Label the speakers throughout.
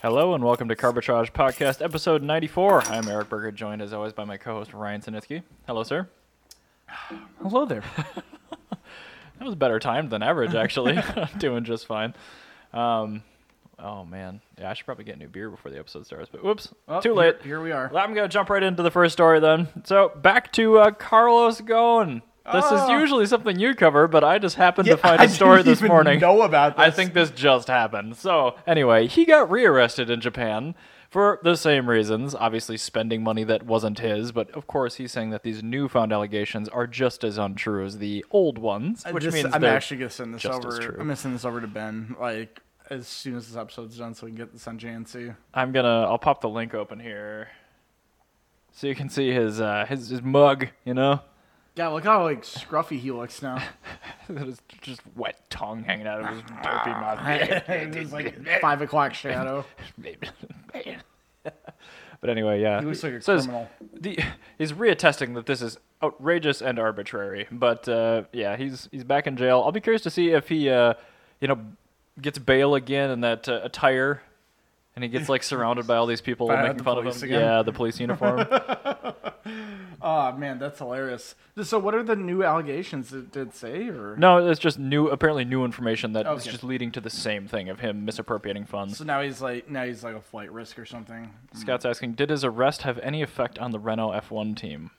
Speaker 1: Hello and welcome to Carbitrage Podcast, episode 94. I'm Eric Berger, joined as always by my co-host Ryan Sinitsky. Hello, sir.
Speaker 2: Hello there.
Speaker 1: That was better timed than average, actually. Doing just fine. Um, oh man, yeah, I should probably get a new beer before the episode starts. But whoops,
Speaker 2: Oh,
Speaker 1: too
Speaker 2: here-
Speaker 1: late.
Speaker 2: Here, we are.
Speaker 1: Well, I'm gonna jump right into the first story then. So back to uh, Carlos Ghosn. This
Speaker 2: Oh.
Speaker 1: is usually something you cover, but I just happened
Speaker 2: Yeah,
Speaker 1: to find
Speaker 2: I
Speaker 1: a story
Speaker 2: didn't
Speaker 1: this
Speaker 2: even
Speaker 1: morning.
Speaker 2: Know about this?
Speaker 1: I think this just happened. So, anyway, he got rearrested in Japan for the same reasons, obviously spending money that wasn't his, but of course he's saying that these newfound allegations are just as untrue as the old ones,
Speaker 2: I
Speaker 1: which
Speaker 2: just-
Speaker 1: means
Speaker 2: I'm
Speaker 1: they're-
Speaker 2: actually gonna send this
Speaker 1: just
Speaker 2: over.
Speaker 1: as true.
Speaker 2: I'm gonna send this over to Ben like as soon as this episode's done, so we can get this on JNC.
Speaker 1: I'm going to I'll pop the link open here. So you can see his uh, his, his mug, you know,
Speaker 2: Yeah, look how like scruffy he looks now.
Speaker 1: With his just wet tongue hanging out of his dopey mouth.
Speaker 2: It's like five o'clock shadow.
Speaker 1: but anyway, yeah,
Speaker 2: He looks like a
Speaker 1: says-
Speaker 2: criminal.
Speaker 1: the, he's reattesting that this is outrageous and arbitrary. But uh, yeah, he's he's back in jail. I'll be curious to see if he, uh, you know, gets bail again in that uh, attire, and he gets like surrounded by all these people
Speaker 2: By
Speaker 1: making
Speaker 2: the
Speaker 1: fun of
Speaker 2: police
Speaker 1: him.
Speaker 2: again.
Speaker 1: Yeah, the police uniform.
Speaker 2: Oh man, that's hilarious. So, what are the new allegations? Did, did it say or
Speaker 1: no, it's just new, apparently new information that is
Speaker 2: Okay.
Speaker 1: just leading to the same thing of him misappropriating funds.
Speaker 2: So now he's like now he's like a flight risk or something.
Speaker 1: Scott's asking, did his arrest have any effect on the Renault F1 team?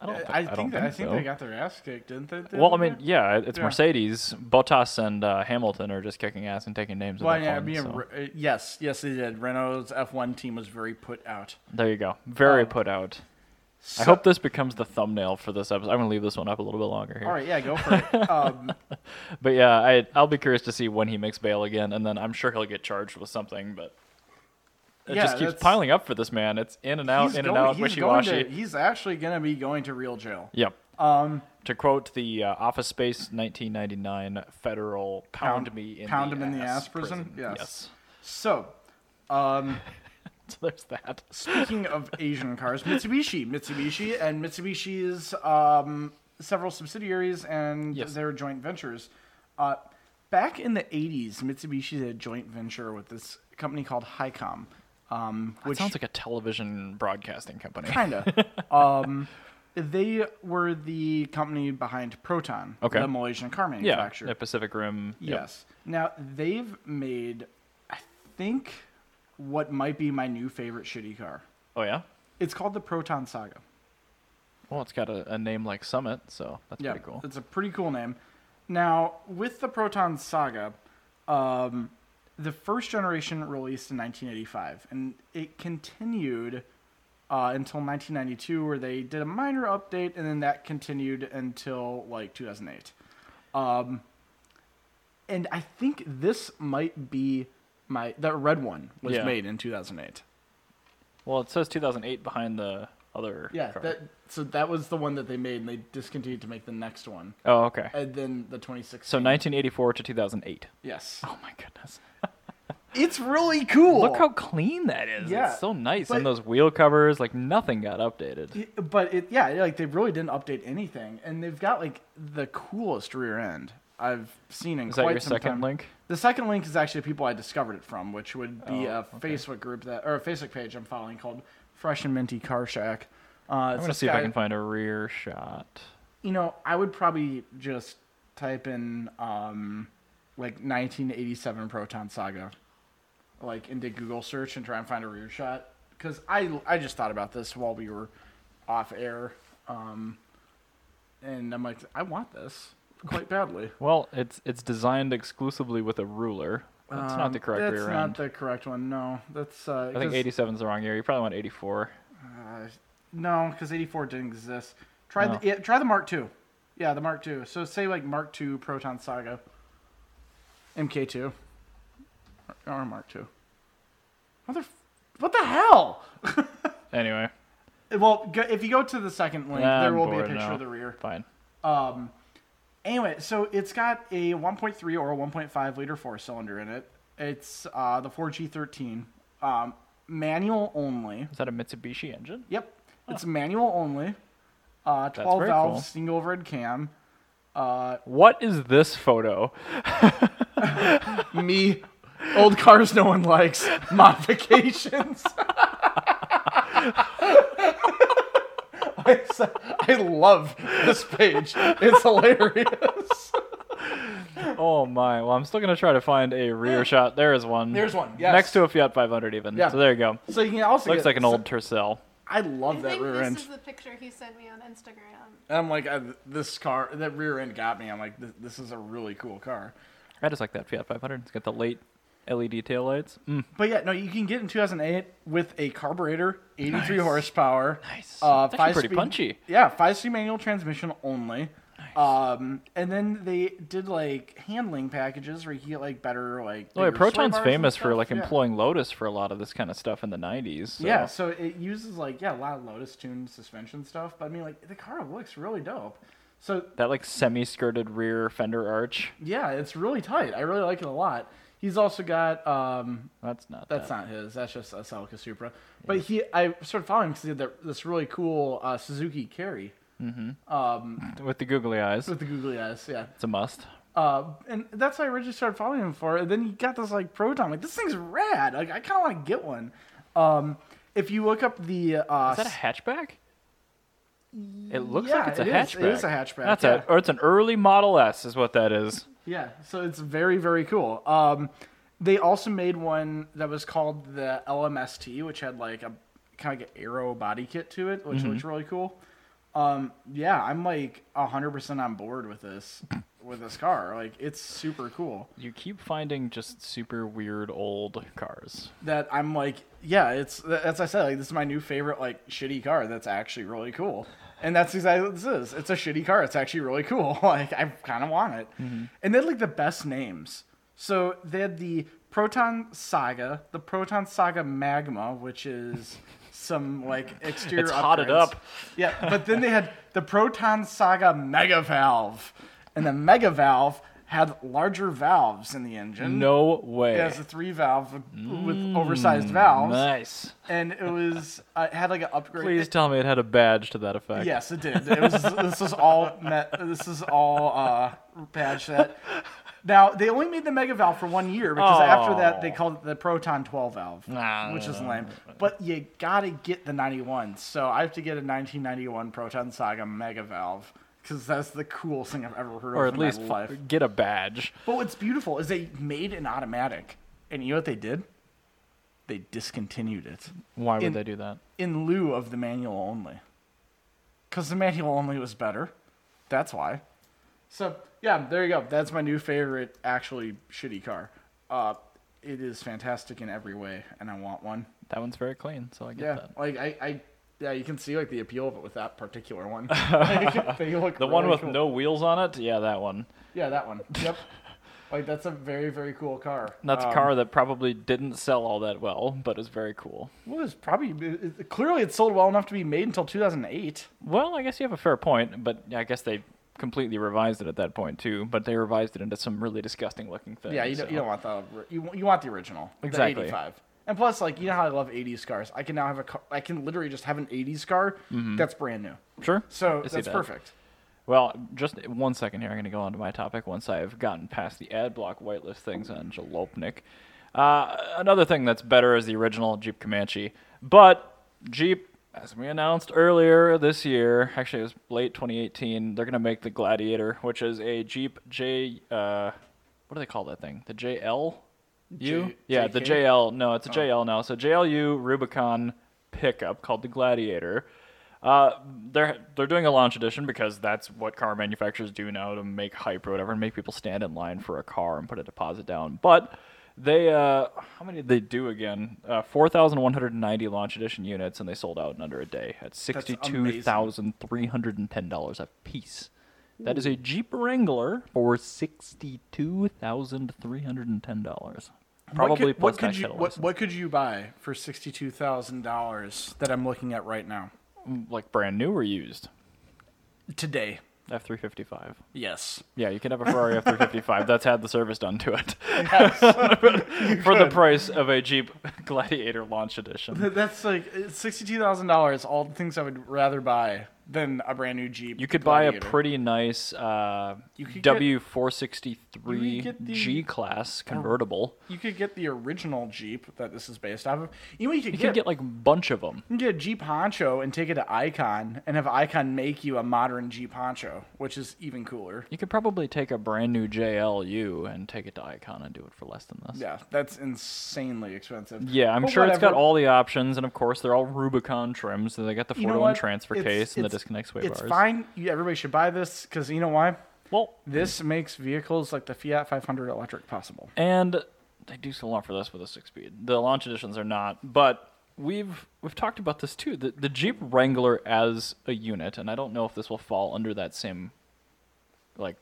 Speaker 1: I don't.
Speaker 2: I,
Speaker 1: thi-
Speaker 2: I think
Speaker 1: don't
Speaker 2: that, I think
Speaker 1: so.
Speaker 2: they got their ass kicked, didn't they? the
Speaker 1: Well, I
Speaker 2: other
Speaker 1: mean,
Speaker 2: day?
Speaker 1: yeah, it- it's
Speaker 2: Yeah.
Speaker 1: Mercedes. Bottas and uh, Hamilton are just kicking ass and taking names. in
Speaker 2: Well,
Speaker 1: the
Speaker 2: yeah, I
Speaker 1: phone,
Speaker 2: mean,
Speaker 1: so.
Speaker 2: re- eh, yes, yes, they did. Renault's F1 team was very put out.
Speaker 1: There you go. Very
Speaker 2: uh,
Speaker 1: put out. I
Speaker 2: So-
Speaker 1: hope this becomes the thumbnail for this episode. I'm gonna leave this one up a little bit longer here.
Speaker 2: All right, yeah, go for it. Um,
Speaker 1: But yeah, I, I'll be curious to see when he makes bail again, and then I'm sure he'll get charged with something. But it
Speaker 2: Yeah,
Speaker 1: just keeps
Speaker 2: that's-
Speaker 1: piling up for this man. It's in and out,
Speaker 2: he's,
Speaker 1: in
Speaker 2: going,
Speaker 1: and out,
Speaker 2: he's,
Speaker 1: wishy
Speaker 2: going
Speaker 1: washy.
Speaker 2: to, he's actually going to be going to real jail.
Speaker 1: Yep.
Speaker 2: Um,
Speaker 1: To quote the uh, Office Space 1999 federal "Pound,
Speaker 2: Pound-
Speaker 1: me in
Speaker 2: pound
Speaker 1: the
Speaker 2: him
Speaker 1: ass
Speaker 2: in the ass prison? Yes.
Speaker 1: yes.
Speaker 2: so, um,
Speaker 1: So there's that.
Speaker 2: speaking of Asian cars, Mitsubishi, Mitsubishi, and Mitsubishi's um, several subsidiaries and
Speaker 1: Yes.
Speaker 2: their joint ventures. Uh, back in the 80s, Mitsubishi did a joint venture with this company called Hicom. Um,
Speaker 1: It
Speaker 2: which
Speaker 1: sounds like a television broadcasting company.
Speaker 2: kind of. um, they were the company behind Proton,
Speaker 1: Okay.
Speaker 2: the Malaysian car
Speaker 1: Yeah,
Speaker 2: manufacturer.
Speaker 1: yeah, Pacific Rim. yep.
Speaker 2: Yes. Now they've made, I think, what might be my new favorite shitty car.
Speaker 1: Oh yeah.
Speaker 2: It's called the Proton Saga.
Speaker 1: Well, it's got a, a name like Summit, so that's
Speaker 2: yeah,
Speaker 1: pretty cool.
Speaker 2: it's a pretty cool name. Now with the Proton Saga, um, the first generation released in 1985, and it continued. Uh, until 1992, where they did a minor update, and then that continued until like 2008. Um, and I think this might be my that red one was
Speaker 1: Yeah.
Speaker 2: made in 2008.
Speaker 1: Well, it says 2008 behind the other.
Speaker 2: Yeah,
Speaker 1: car.
Speaker 2: that so that was the one that they made, and they discontinued to make the next one,
Speaker 1: Oh, okay.
Speaker 2: and then the 2016.
Speaker 1: So 1984 to 2008.
Speaker 2: yes,
Speaker 1: Oh my goodness!
Speaker 2: it's really cool.
Speaker 1: Look how clean that is.
Speaker 2: Yeah,
Speaker 1: it's so nice.
Speaker 2: but-
Speaker 1: and those wheel covers, like nothing got updated.
Speaker 2: but it yeah, like they really didn't update anything, and they've got like the coolest rear end I've seen in
Speaker 1: Is that
Speaker 2: quite
Speaker 1: your
Speaker 2: some
Speaker 1: second
Speaker 2: time.
Speaker 1: link?
Speaker 2: The second link is actually people I discovered it from, which would be
Speaker 1: Oh,
Speaker 2: a Facebook group that or a Facebook page I'm following called Fresh and Minty Car Shack. Uh,
Speaker 1: I'm gonna see if I can find a rear shot.
Speaker 2: you know, I would probably just type in um, like 1987 Proton Saga, like into Google search and try and find a rear shot. Because I I just thought about this while we were off air, um, and I'm like, I want this quite badly.
Speaker 1: Well, it's it's designed exclusively with a ruler. That's not
Speaker 2: Um,
Speaker 1: the correct
Speaker 2: That's
Speaker 1: rear
Speaker 2: not
Speaker 1: end.
Speaker 2: the correct one. No, that's uh,
Speaker 1: I think
Speaker 2: 'cause,
Speaker 1: 87 is the wrong year. You probably want 84.
Speaker 2: Uh, no, because 84 didn't exist. Try
Speaker 1: No.
Speaker 2: the yeah, try the Mark II. Yeah, the Mark II. So say like Mark II Proton Saga. MK2. Or, or Mark II. Mother, what the hell?
Speaker 1: Anyway,
Speaker 2: Well, go, if you go to the second link,
Speaker 1: Nah,
Speaker 2: there
Speaker 1: Ah, I'm
Speaker 2: will be a
Speaker 1: bored
Speaker 2: picture
Speaker 1: now.
Speaker 2: of the rear.
Speaker 1: fine.
Speaker 2: Um, anyway, so it's got a 1.3 or a 1.5 liter four cylinder in it. It's uh, the 4G13, um, manual only.
Speaker 1: Is that a Mitsubishi engine?
Speaker 2: Yep. It's manual only. Uh, 12
Speaker 1: very
Speaker 2: valve
Speaker 1: cool.
Speaker 2: single overhead cam. Uh,
Speaker 1: What is this photo?
Speaker 2: me Old cars no one likes. Modifications. I s- I love this page. It's hilarious.
Speaker 1: Oh my! Well, I'm still gonna try to find a rear shot. There is one.
Speaker 2: Eh. There's one, yes.
Speaker 1: Next to a Fiat 500, even.
Speaker 2: Yeah.
Speaker 1: So there you go.
Speaker 2: So you can also
Speaker 1: Looks
Speaker 2: get-
Speaker 1: like an old Tercel.
Speaker 2: I love
Speaker 3: I
Speaker 2: that
Speaker 3: think
Speaker 2: rear
Speaker 3: this
Speaker 2: end.
Speaker 3: is the picture he sent me on Instagram.
Speaker 2: And I'm like, I, this car, that rear end got me. I'm like, this, this is a really cool car.
Speaker 1: I just like that Fiat 500. It's got the late LED taillights. Mm.
Speaker 2: But yeah, no, you can get in 2008 with a carburetor, 83 horsepower.
Speaker 1: Nice.
Speaker 2: Uh,
Speaker 1: It's actually
Speaker 2: five
Speaker 1: pretty
Speaker 2: speed,
Speaker 1: punchy.
Speaker 2: Yeah, five speed manual transmission only. Um, and then they did like handling packages where you can get like better like.
Speaker 1: Oh, yeah,
Speaker 2: bigger sway
Speaker 1: Proton's
Speaker 2: bars and
Speaker 1: famous for
Speaker 2: stuff.
Speaker 1: like
Speaker 2: Yeah.
Speaker 1: employing Lotus for a lot of this kind of stuff in the 90s. So.
Speaker 2: Yeah, so it uses like yeah a lot of Lotus tuned suspension stuff, but I mean like the car looks really dope. So
Speaker 1: That like semi-skirted rear fender arch.
Speaker 2: yeah, it's really tight. I really like it a lot. He's also got um,
Speaker 1: That's not.
Speaker 2: That's
Speaker 1: that.
Speaker 2: not his. That's just a Celica Supra. But he, I started following him because he had that, this really cool uh, Suzuki Carry
Speaker 1: with the googly eyes.
Speaker 2: with the googly eyes. Yeah,
Speaker 1: It's a must.
Speaker 2: uh, and that's why I originally started following him for. And then he got this like Proton. Like this thing's rad. Like I kind of want to get one. Um, if you look up the uh,
Speaker 1: Is that a hatchback? It looks
Speaker 2: yeah,
Speaker 1: like it's a
Speaker 2: it is-
Speaker 1: hatchback.
Speaker 2: it is a hatchback,
Speaker 1: That's
Speaker 2: yeah.
Speaker 1: a, or it's an early Model S, is what that is.
Speaker 2: Yeah, so it's very very cool. Um, they also made one that was called the LMST, which had like a kind of like an aero body kit to it, which looks really cool. Um, yeah, I'm like hundred percent on board with this with this car. Like it's super cool.
Speaker 1: You keep finding just super weird old cars.
Speaker 2: That I'm like, yeah, it's as I said, like this is my new favorite like shitty car. That's actually really cool. And that's exactly what this is. It's a shitty car. It's actually really cool. Like I kind of want it.
Speaker 1: Mm-hmm.
Speaker 2: And they had like the best names. So they had the Proton Saga, the Proton Saga Magma, which is some like exterior.
Speaker 1: It's hotted
Speaker 2: upgrades.
Speaker 1: up.
Speaker 2: Yeah, but then they had the Proton Saga Mega Valve, and the Mega Valve had larger valves in the engine.
Speaker 1: No way.
Speaker 2: It has a three valve with- with oversized valves,
Speaker 1: Mm, Nice.
Speaker 2: and it was uh, it had like an upgrade.
Speaker 1: Please tell me it had a badge to that effect.
Speaker 2: Yes, it did. It was. this is all. Met, this is all uh, patch that. Now they only made the mega valve for one year because after that they
Speaker 1: Oh.
Speaker 2: called it the proton twelve valve,
Speaker 1: Nah.
Speaker 2: which is lame. But you gotta get the ninety one, so I have to get a nineteen ninety one proton saga mega valve because that's the coolest thing I've ever heard
Speaker 1: Or
Speaker 2: of
Speaker 1: at
Speaker 2: in
Speaker 1: least
Speaker 2: my
Speaker 1: f-
Speaker 2: life.
Speaker 1: get a badge.
Speaker 2: But what's beautiful is they made an automatic, and you know what they did? They discontinued it
Speaker 1: Why would
Speaker 2: In-
Speaker 1: they do that?
Speaker 2: in lieu of the manual only. Because the manual only was better. That's why. So, yeah, there you go. That's my new favorite, actually shitty car. Uh, it is fantastic in every way, and I want one.
Speaker 1: That one's very clean, so I get
Speaker 2: Yeah,
Speaker 1: that.
Speaker 2: like I, I, yeah, you can see like the appeal of it with that particular one. Like, they look
Speaker 1: The one
Speaker 2: really
Speaker 1: with
Speaker 2: cool.
Speaker 1: no wheels on it? Yeah, that one.
Speaker 2: yeah, that one. Yep. like that's a very very cool car.
Speaker 1: That's
Speaker 2: Um,
Speaker 1: a car that probably didn't sell all that well, but is very cool.
Speaker 2: Well, it's probably it- it- clearly it sold well enough to be made until 2008.
Speaker 1: Well, I guess you have a fair point, but I guess they completely revised it at that point too. But they revised it into some really disgusting looking thing.
Speaker 2: Yeah, you don't,
Speaker 1: so-
Speaker 2: you don't want the ori- you want- you want the original the
Speaker 1: Exactly.
Speaker 2: 85. And plus, like you know how I love 80s cars. I can now have a car, I can literally just have an 80s car that's brand new.
Speaker 1: Sure.
Speaker 2: So
Speaker 1: I see
Speaker 2: that's
Speaker 1: that.
Speaker 2: perfect.
Speaker 1: Well, just one second here. I'm going to go on to my topic once I've gotten past the ad block whitelist things on Jalopnik. Uh, another thing that's better is the original Jeep Comanche. But Jeep, as we announced earlier this year, actually it was late 2018, they're going to make the Gladiator, which is a Jeep J. Uh, what do they call that thing? The JL? U?
Speaker 2: J-
Speaker 1: yeah, the
Speaker 2: JK?
Speaker 1: JL. No, it's a JL now. So JLU Rubicon pickup called the Gladiator. Uh, they're they're doing a launch edition because that's what car manufacturers do now to make hype or whatever and make people stand in line for a car and put a deposit down. But they uh, how many did they do again? Uh, Four thousand one hundred ninety launch edition units and they sold out in under a day at sixty two thousand three hundred and ten dollars a piece. That is a Jeep Wrangler for sixty two thousand three hundred and ten dollars. Probably plus
Speaker 2: what could, what could
Speaker 1: tax
Speaker 2: you
Speaker 1: title
Speaker 2: what,
Speaker 1: license.
Speaker 2: what could you buy for sixty-two thousand dollars that I'm looking at right now
Speaker 1: Mm, like brand new or used
Speaker 2: today?
Speaker 1: F three fifty five.
Speaker 2: Yes.
Speaker 1: Yeah, you can have a Ferrari F three fifty five. That's had the service done to it for the price of a Jeep Gladiator launch edition.
Speaker 2: That's like sixty-two thousand dollars. All the things I would rather buy than a brand new Jeep.
Speaker 1: You could buy a
Speaker 2: Gladiator.
Speaker 1: pretty nice uh,
Speaker 2: You could get- you could get
Speaker 1: W463
Speaker 2: the- Oh.
Speaker 1: G class convertible.
Speaker 2: You could get the original Jeep that this is based off of. You know, you could
Speaker 1: You
Speaker 2: get,
Speaker 1: could get like a bunch of them.
Speaker 2: you can get a Jeep Honcho and take it to Icon and have Icon make you a modern Jeep Honcho, which is even cooler.
Speaker 1: You could probably take a brand new JLU and take it to Icon and do it for less than this.
Speaker 2: Yeah, that's insanely expensive.
Speaker 1: Yeah, I'm
Speaker 2: But
Speaker 1: sure it's got
Speaker 2: whatever.
Speaker 1: all the options, and of course they're all Rubicon trims. So they got the
Speaker 2: You
Speaker 1: 4
Speaker 2: know
Speaker 1: to 1
Speaker 2: what?
Speaker 1: transfer
Speaker 2: It's-
Speaker 1: case and the
Speaker 2: it's-
Speaker 1: disconnect sway
Speaker 2: It's
Speaker 1: bars.
Speaker 2: fine. You, everybody should buy this because you know why?
Speaker 1: Well,
Speaker 2: This makes vehicles like the Fiat 500 electric possible.
Speaker 1: and they do still offer this with a six speed. The launch editions are not, but we've we've talked about this too. The the Jeep Wrangler as a unit, and I don't know if this will fall under that same like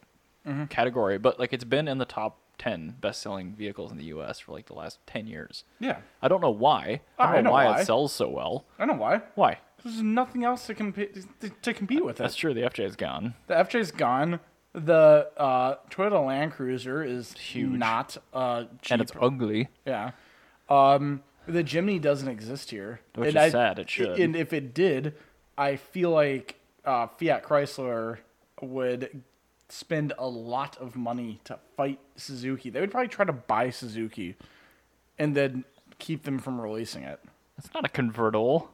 Speaker 2: Mm-hmm.
Speaker 1: category, but like it's been in the top ten best selling vehicles in the US for like the last ten years.
Speaker 2: Yeah,
Speaker 1: I don't know why. I
Speaker 2: I
Speaker 1: don't know,
Speaker 2: know
Speaker 1: why,
Speaker 2: why.
Speaker 1: it sells so well.
Speaker 2: I know why.
Speaker 1: Why?
Speaker 2: There's nothing else to compete to, to compete with
Speaker 1: That's
Speaker 2: it.
Speaker 1: true, the FJ is gone.
Speaker 2: The FJ's gone. The uh, Toyota Land Cruiser is huge, not uh, Jeep.
Speaker 1: And it's ugly.
Speaker 2: yeah. Um, the Jimny doesn't exist here,
Speaker 1: Which
Speaker 2: And
Speaker 1: is sad, it should.
Speaker 2: And if it did, I feel like uh, Fiat Chrysler would spend a lot of money to fight Suzuki. They would probably try to buy Suzuki, and then keep them from releasing it.
Speaker 1: It's not a convertible.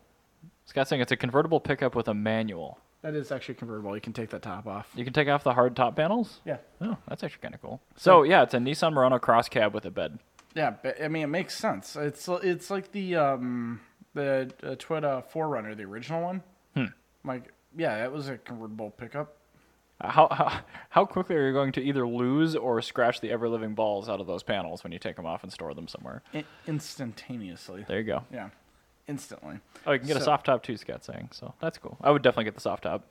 Speaker 1: Scott's saying it's a convertible pickup with a manual.
Speaker 2: That is actually convertible. You can take that top off.
Speaker 1: You can take off the hard top panels.
Speaker 2: Yeah.
Speaker 1: Oh, that's actually kind of cool. So yeah, it's a Nissan Murano cross cab with a bed.
Speaker 2: Yeah, but I mean it makes sense. It's it's like the um the uh, Toyota Forerunner, the original one.
Speaker 1: Hmm.
Speaker 2: Like yeah, that was a convertible pickup.
Speaker 1: Uh, How, how how quickly are you going to either lose or scratch the ever living balls out of those panels when you take them off and store them somewhere?
Speaker 2: I- instantaneously.
Speaker 1: There you go.
Speaker 2: Yeah, instantly.
Speaker 1: Oh, you can get a
Speaker 2: So-
Speaker 1: soft top too. Scott's saying so that's cool. I would definitely get the soft top.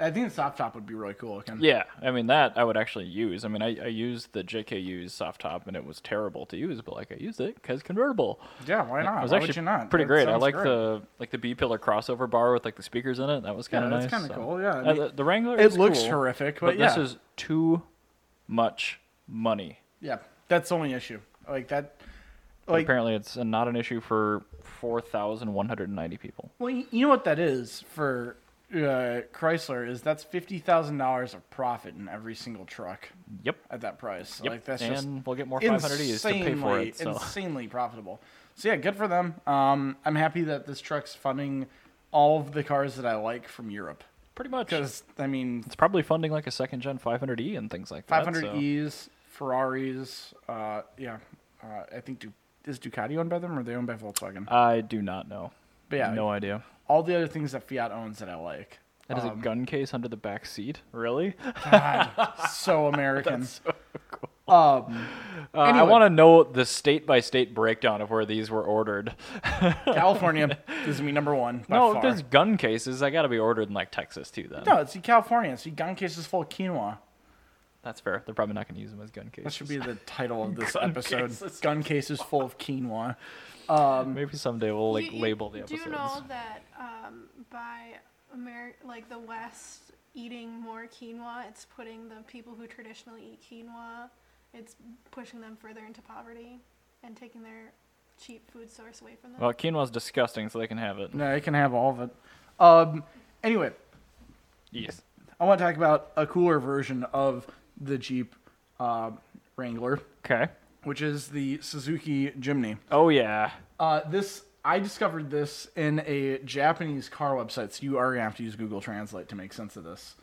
Speaker 2: I think the soft top would be really cool looking.
Speaker 1: Yeah, I mean that I would actually use. I mean I, I used the JKU's soft top and it was terrible to use, but like I used it because convertible.
Speaker 2: Yeah, why not?
Speaker 1: It was
Speaker 2: why
Speaker 1: actually
Speaker 2: would you not?
Speaker 1: pretty
Speaker 2: That
Speaker 1: great. I
Speaker 2: sounds
Speaker 1: like
Speaker 2: great.
Speaker 1: the like the B pillar crossover bar with like the speakers in it. That was
Speaker 2: Yeah,
Speaker 1: kind of nice.
Speaker 2: that's kinda
Speaker 1: so-
Speaker 2: cool, yeah. I
Speaker 1: Uh,
Speaker 2: mean,
Speaker 1: the, the Wrangler.
Speaker 2: it
Speaker 1: is
Speaker 2: looks
Speaker 1: cool,
Speaker 2: horrific,
Speaker 1: but
Speaker 2: but
Speaker 1: this
Speaker 2: yeah.
Speaker 1: is too much money.
Speaker 2: Yeah, that's the only issue. Like that.
Speaker 1: But
Speaker 2: Like
Speaker 1: apparently, it's uh, not an issue for four thousand one hundred and ninety people.
Speaker 2: Well, y- you know what that is for uh, Chrysler is that's fifty thousand dollars of profit in every single truck
Speaker 1: Yep.
Speaker 2: at that price.
Speaker 1: Yep.
Speaker 2: Like that's
Speaker 1: and
Speaker 2: just
Speaker 1: we'll get more five hundred E's to pay for
Speaker 2: insanely,
Speaker 1: it. So
Speaker 2: insanely profitable. So yeah, good for them. Um, I'm happy that this truck's funding all of the cars that I like from Europe
Speaker 1: pretty much, it's
Speaker 2: because I mean,
Speaker 1: probably funding like a second gen five hundred E and things like that.
Speaker 2: five hundred E.
Speaker 1: so-
Speaker 2: E's, Ferraris. Uh, yeah, uh, I think Du- is Ducati owned by them or are they owned by Volkswagen?
Speaker 1: I do not know.
Speaker 2: but yeah,
Speaker 1: no idea.
Speaker 2: all the other things that Fiat owns that I like.
Speaker 1: That is
Speaker 2: Um,
Speaker 1: a gun case under the back seat. Really? Uh,
Speaker 2: God, so American. Um,
Speaker 1: Uh, I
Speaker 2: Anyway.
Speaker 1: want to know the state by state breakdown of where these were ordered.
Speaker 2: California is me number one. By
Speaker 1: no,
Speaker 2: far.
Speaker 1: if there's gun cases, I got to be ordered in like Texas too. Then
Speaker 2: no. It's in California. See, gun cases full of quinoa.
Speaker 1: that's fair. They're probably not going to use them as gun cases.
Speaker 2: That should be the title of this
Speaker 1: Gun
Speaker 2: episode.
Speaker 1: cases.
Speaker 2: Gun cases full of quinoa. Um,
Speaker 1: Maybe someday we'll like
Speaker 3: You- you
Speaker 1: label the episodes.
Speaker 3: Do know that um, by Ameri- like the West eating more quinoa, it's putting the people who traditionally eat quinoa, it's pushing them further into poverty and taking their cheap food source away from them.
Speaker 1: Well, quinoa's disgusting, so they can have it.
Speaker 2: no, it can have all of it. Um, anyway,
Speaker 1: Yes.
Speaker 2: I want to talk about a cooler version of the Jeep uh, Wrangler,
Speaker 1: Okay.
Speaker 2: which is the Suzuki Jimny.
Speaker 1: Oh yeah.
Speaker 2: Uh, this I discovered this in a Japanese car website, so you are gonna have to use Google Translate to make sense of this.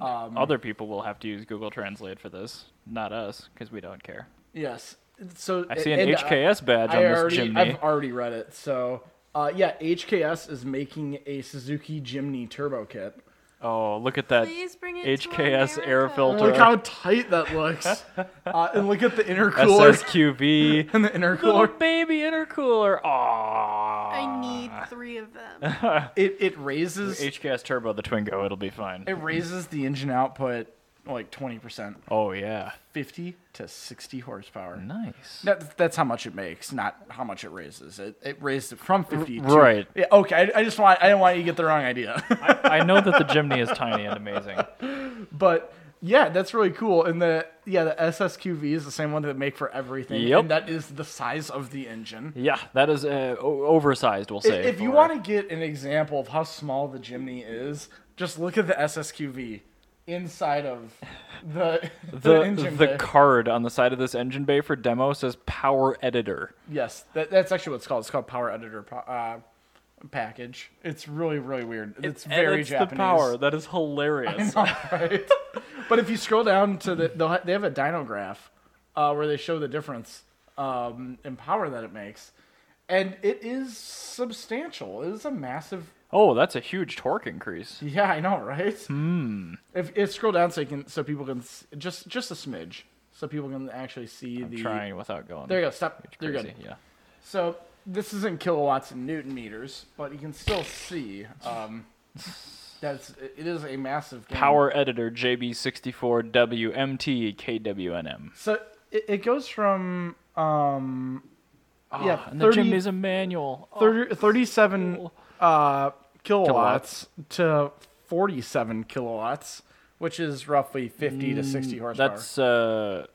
Speaker 2: Um,
Speaker 1: Other people will have to use Google Translate for this, not us, because we don't care.
Speaker 2: yes, so
Speaker 1: I see an
Speaker 2: and uh,
Speaker 1: HKS badge
Speaker 2: I,
Speaker 1: on
Speaker 2: I
Speaker 1: this
Speaker 2: already,
Speaker 1: chimney.
Speaker 2: I've already read it. So uh, yeah, HKS is making a Suzuki Jimny turbo kit.
Speaker 1: Oh, look at that.
Speaker 3: Please bring it to
Speaker 1: HKS air
Speaker 3: America.
Speaker 1: filter.
Speaker 2: Look how tight that looks, uh, and look at the intercooler
Speaker 1: SSQV.
Speaker 2: and the
Speaker 1: Little
Speaker 2: intercooler.
Speaker 1: baby intercooler. Aww.
Speaker 3: I need three of them.
Speaker 2: It it raises
Speaker 1: HKS Turbo, the Twingo. It'll be fine.
Speaker 2: it raises the engine output like twenty percent,
Speaker 1: Oh yeah.
Speaker 2: fifty to sixty horsepower.
Speaker 1: Nice.
Speaker 2: That, that's how much it makes, not how much it raises. It, it raised it from 50 to...
Speaker 1: right.
Speaker 2: Yeah, okay, I, I just want... I didn't want you to get the wrong idea.
Speaker 1: I know that the Jimny is tiny and amazing.
Speaker 2: but, yeah, that's really cool. And the... Yeah, the SSQV is the same one that they make for everything.
Speaker 1: Yep.
Speaker 2: And that is the size of the engine.
Speaker 1: Yeah, that is uh, o- oversized. We'll
Speaker 2: I-
Speaker 1: say.
Speaker 2: If you
Speaker 1: for-
Speaker 2: want to get an example of how small the Jimny is, Just look at the SSQV inside of the the,
Speaker 1: The
Speaker 2: engine
Speaker 1: the
Speaker 2: bay.
Speaker 1: card on the side of this engine bay for demo says power editor.
Speaker 2: Yes, that, that's actually what it's called. It's called Power Editor po- uh, package. It's really really weird. It's very
Speaker 1: edits
Speaker 2: Japanese.
Speaker 1: the power. That is hilarious.
Speaker 2: right? but if you scroll down to the, they'll ha- they have a dyno graph uh, where they show the difference um, in power that it makes, and it is substantial. It is a massive.
Speaker 1: Oh, that's a huge torque increase.
Speaker 2: Yeah, I know, right? Hmm. If, if scroll down so you can so people can s- just just a smidge so people can actually see the.
Speaker 1: Trying without going.
Speaker 2: There you go. Stop. There you go.
Speaker 1: crazy. Yeah.
Speaker 2: So this isn't kilowatts and newton meters, but you can still see um, that it's, it is a massive gain.
Speaker 1: Power editor JB64WMTKWNM.
Speaker 2: So it, it goes from um, yeah,
Speaker 1: Ah, and the
Speaker 2: 30,
Speaker 1: gym is a manual. Oh,
Speaker 2: 30 37
Speaker 1: cool.
Speaker 2: uh, kilowatts, to 47 kilowatts, which is roughly 50 to 60 horsepower.
Speaker 1: Mm, That's uh.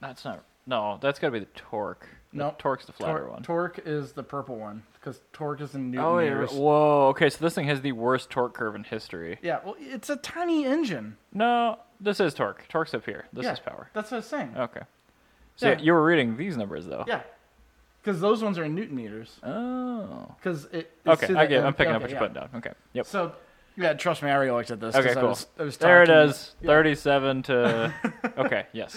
Speaker 1: That's not. No, that's got to be the torque. The
Speaker 2: Nope.
Speaker 1: torque's the flatter
Speaker 2: Tor-
Speaker 1: one.
Speaker 2: Torque is the purple one because torque is in newton
Speaker 1: oh, yeah.
Speaker 2: meters.
Speaker 1: Whoa. Okay, so this thing has the worst torque curve in history.
Speaker 2: Yeah, well, it's a tiny engine.
Speaker 1: No, this is torque. Torque's up here. This
Speaker 2: yeah,
Speaker 1: is power. Oh.
Speaker 2: That's what I was saying.
Speaker 1: Okay. So
Speaker 2: Yeah.
Speaker 1: you were reading these numbers though.
Speaker 2: Yeah, because those ones are in newton meters.
Speaker 1: Oh.
Speaker 2: Because it. it's
Speaker 1: Okay,
Speaker 2: to
Speaker 1: I
Speaker 2: the
Speaker 1: get.
Speaker 2: end-
Speaker 1: I'm picking up
Speaker 2: okay,
Speaker 1: what you're
Speaker 2: yeah.
Speaker 1: putting down. Okay. Yep.
Speaker 2: So, yeah, trust me, I already looked at this.
Speaker 1: Okay,
Speaker 2: 'cause I
Speaker 1: cool.
Speaker 2: was- I was
Speaker 1: there it
Speaker 2: talking-
Speaker 1: is. 37 to. okay, yes.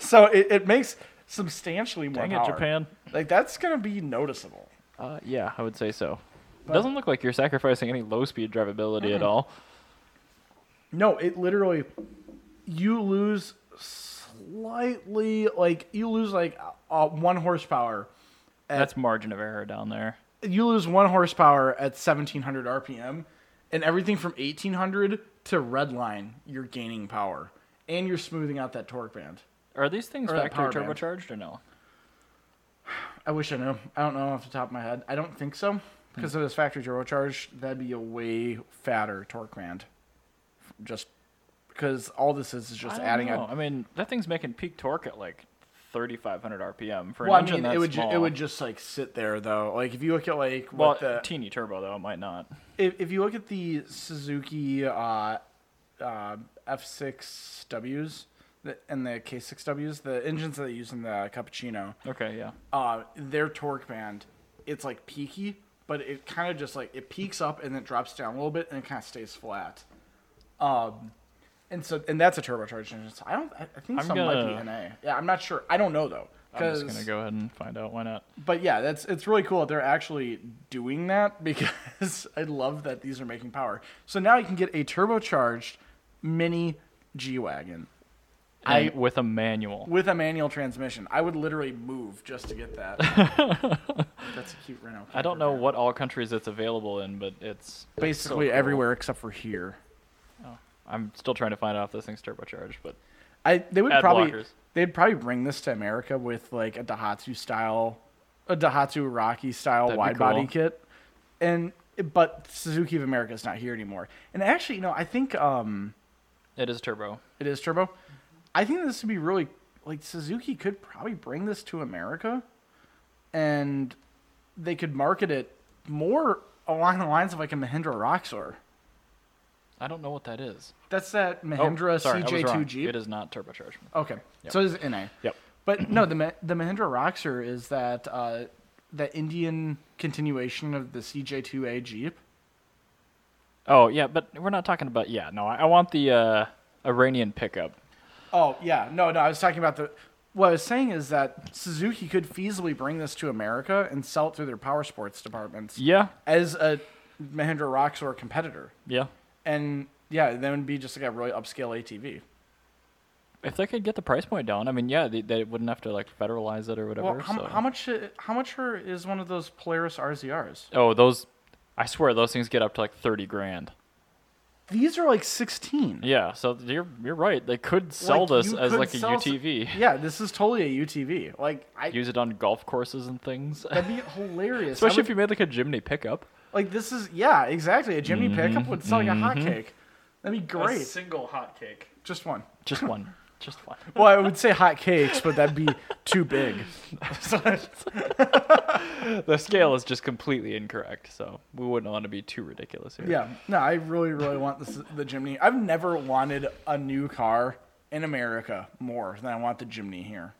Speaker 2: So it, it makes substantially more
Speaker 1: Dang it,
Speaker 2: power.
Speaker 1: Japan.
Speaker 2: Like that's gonna be noticeable.
Speaker 1: Uh, yeah, I would say so. It doesn't look like you're sacrificing any low speed drivability at all.
Speaker 2: No, it literally, you lose slightly, like you lose like uh, one horsepower.
Speaker 1: That's margin of error down there.
Speaker 2: You lose one horsepower at seventeen hundred RPM, and everything from eighteen hundred to redline, you're gaining power, and you're smoothing out that torque band.
Speaker 1: Are these things
Speaker 2: Or that
Speaker 1: factory
Speaker 2: power band.
Speaker 1: turbocharged or no?
Speaker 2: I wish I knew. I don't know off the top of my head. I don't think so.
Speaker 1: Hmm.
Speaker 2: Because if it was factory turbocharged, that'd be a way fatter torque band. Just because all this is is just
Speaker 1: I don't
Speaker 2: adding
Speaker 1: know.
Speaker 2: a.
Speaker 1: I mean, that thing's making peak torque at like 3,500 RPM for
Speaker 2: Well,
Speaker 1: an
Speaker 2: I
Speaker 1: engine
Speaker 2: mean,
Speaker 1: that
Speaker 2: it would ju-
Speaker 1: small.
Speaker 2: it would just like sit there though. Like if you look at like
Speaker 1: well,
Speaker 2: what the
Speaker 1: teeny turbo though, it might not.
Speaker 2: if, if you look at the Suzuki uh, uh, F6Ws the- and the K6Ws, the engines that they use in the Cappuccino,
Speaker 1: Okay, yeah.
Speaker 2: uh, their torque band, it's like peaky, but it kind of just like it peaks up and then drops down a little bit and it kind of stays flat. Um, and so and that's a turbocharged engine. So I don't. I I think
Speaker 1: I'm
Speaker 2: some might
Speaker 1: gonna-
Speaker 2: be NA. Yeah, I'm not sure. I don't know though.
Speaker 1: I'm just
Speaker 2: 'cause-
Speaker 1: gonna go ahead and find out. Why not?
Speaker 2: But yeah, that's it's really cool that they're actually doing that because I love that these are making power. So now you can get a turbocharged mini G wagon I-
Speaker 1: And with a manual.
Speaker 2: with a manual transmission. I would literally move just to get that. that's a cute Renault.
Speaker 1: I don't know what all countries it's available in, but it's it's
Speaker 2: basically
Speaker 1: so cool.
Speaker 2: everywhere except for here.
Speaker 1: I'm still trying to find out if this thing's turbocharged, but
Speaker 2: I they would
Speaker 1: Ad
Speaker 2: probably
Speaker 1: blockers.
Speaker 2: they'd probably bring this to America with like a Daihatsu style, a Daihatsu Rocky style
Speaker 1: That'd be
Speaker 2: wide body
Speaker 1: cool.
Speaker 2: kit, and but Suzuki of America is not here anymore. And actually, you know, I think um
Speaker 1: it is turbo.
Speaker 2: it is turbo. I think this would be really like Suzuki could probably bring this to America, and they could market it more along the lines of like a Mahindra Roxor.
Speaker 1: I don't know what that is.
Speaker 2: That's that
Speaker 1: Oh,
Speaker 2: Mahindra
Speaker 1: sorry, I was wrong.
Speaker 2: CJ2 Jeep.
Speaker 1: It is not turbocharged.
Speaker 2: Okay,
Speaker 1: Yep.
Speaker 2: so it's NA.
Speaker 1: Yep.
Speaker 2: But no, the Ma- the Mahindra Roxer is that uh, the Indian continuation of the CJ2A Jeep.
Speaker 1: Oh yeah, but we're not talking about yeah. No, I, I want the uh, Iranian pickup.
Speaker 2: Oh yeah, no, no, I was talking about the. What I was saying is that Suzuki could feasibly bring this to America and sell it through their power sports departments
Speaker 1: Yeah,
Speaker 2: as a Mahindra Roxor competitor,
Speaker 1: yeah.
Speaker 2: and yeah, then would be just like a really upscale ATV.
Speaker 1: If they could get the price point down, I mean, yeah, they, they wouldn't have to like federalize it or whatever.
Speaker 2: well, how,
Speaker 1: so.
Speaker 2: how much uh, how much are- is one of those Polaris RZRs?
Speaker 1: Oh, those! I swear those things get up to like thirty grand.
Speaker 2: These are like sixteen.
Speaker 1: Yeah, so you're you're right. They could sell
Speaker 2: Like,
Speaker 1: this
Speaker 2: you
Speaker 1: as
Speaker 2: could
Speaker 1: like a
Speaker 2: sell s-
Speaker 1: UTV.
Speaker 2: Yeah, this is totally a UTV. Like I
Speaker 1: Use it on golf courses and things.
Speaker 2: that'd be hilarious. I
Speaker 1: Especially
Speaker 2: would-
Speaker 1: if you made like a Jimny pickup.
Speaker 2: like this is yeah, exactly. A
Speaker 1: Mm-hmm,
Speaker 2: Jimmy pickup would sell like a hotcake. That'd be great.
Speaker 1: single hotcake.
Speaker 2: Just one.
Speaker 1: Just one. Just one.
Speaker 2: Well, I would say hot cakes, but that'd be too big. So,
Speaker 1: The scale is just completely incorrect, so we wouldn't want to be too ridiculous here.
Speaker 2: yeah, no, I really, really want this, the Jimny. I've never wanted a new car in America more than I want the Jimny here.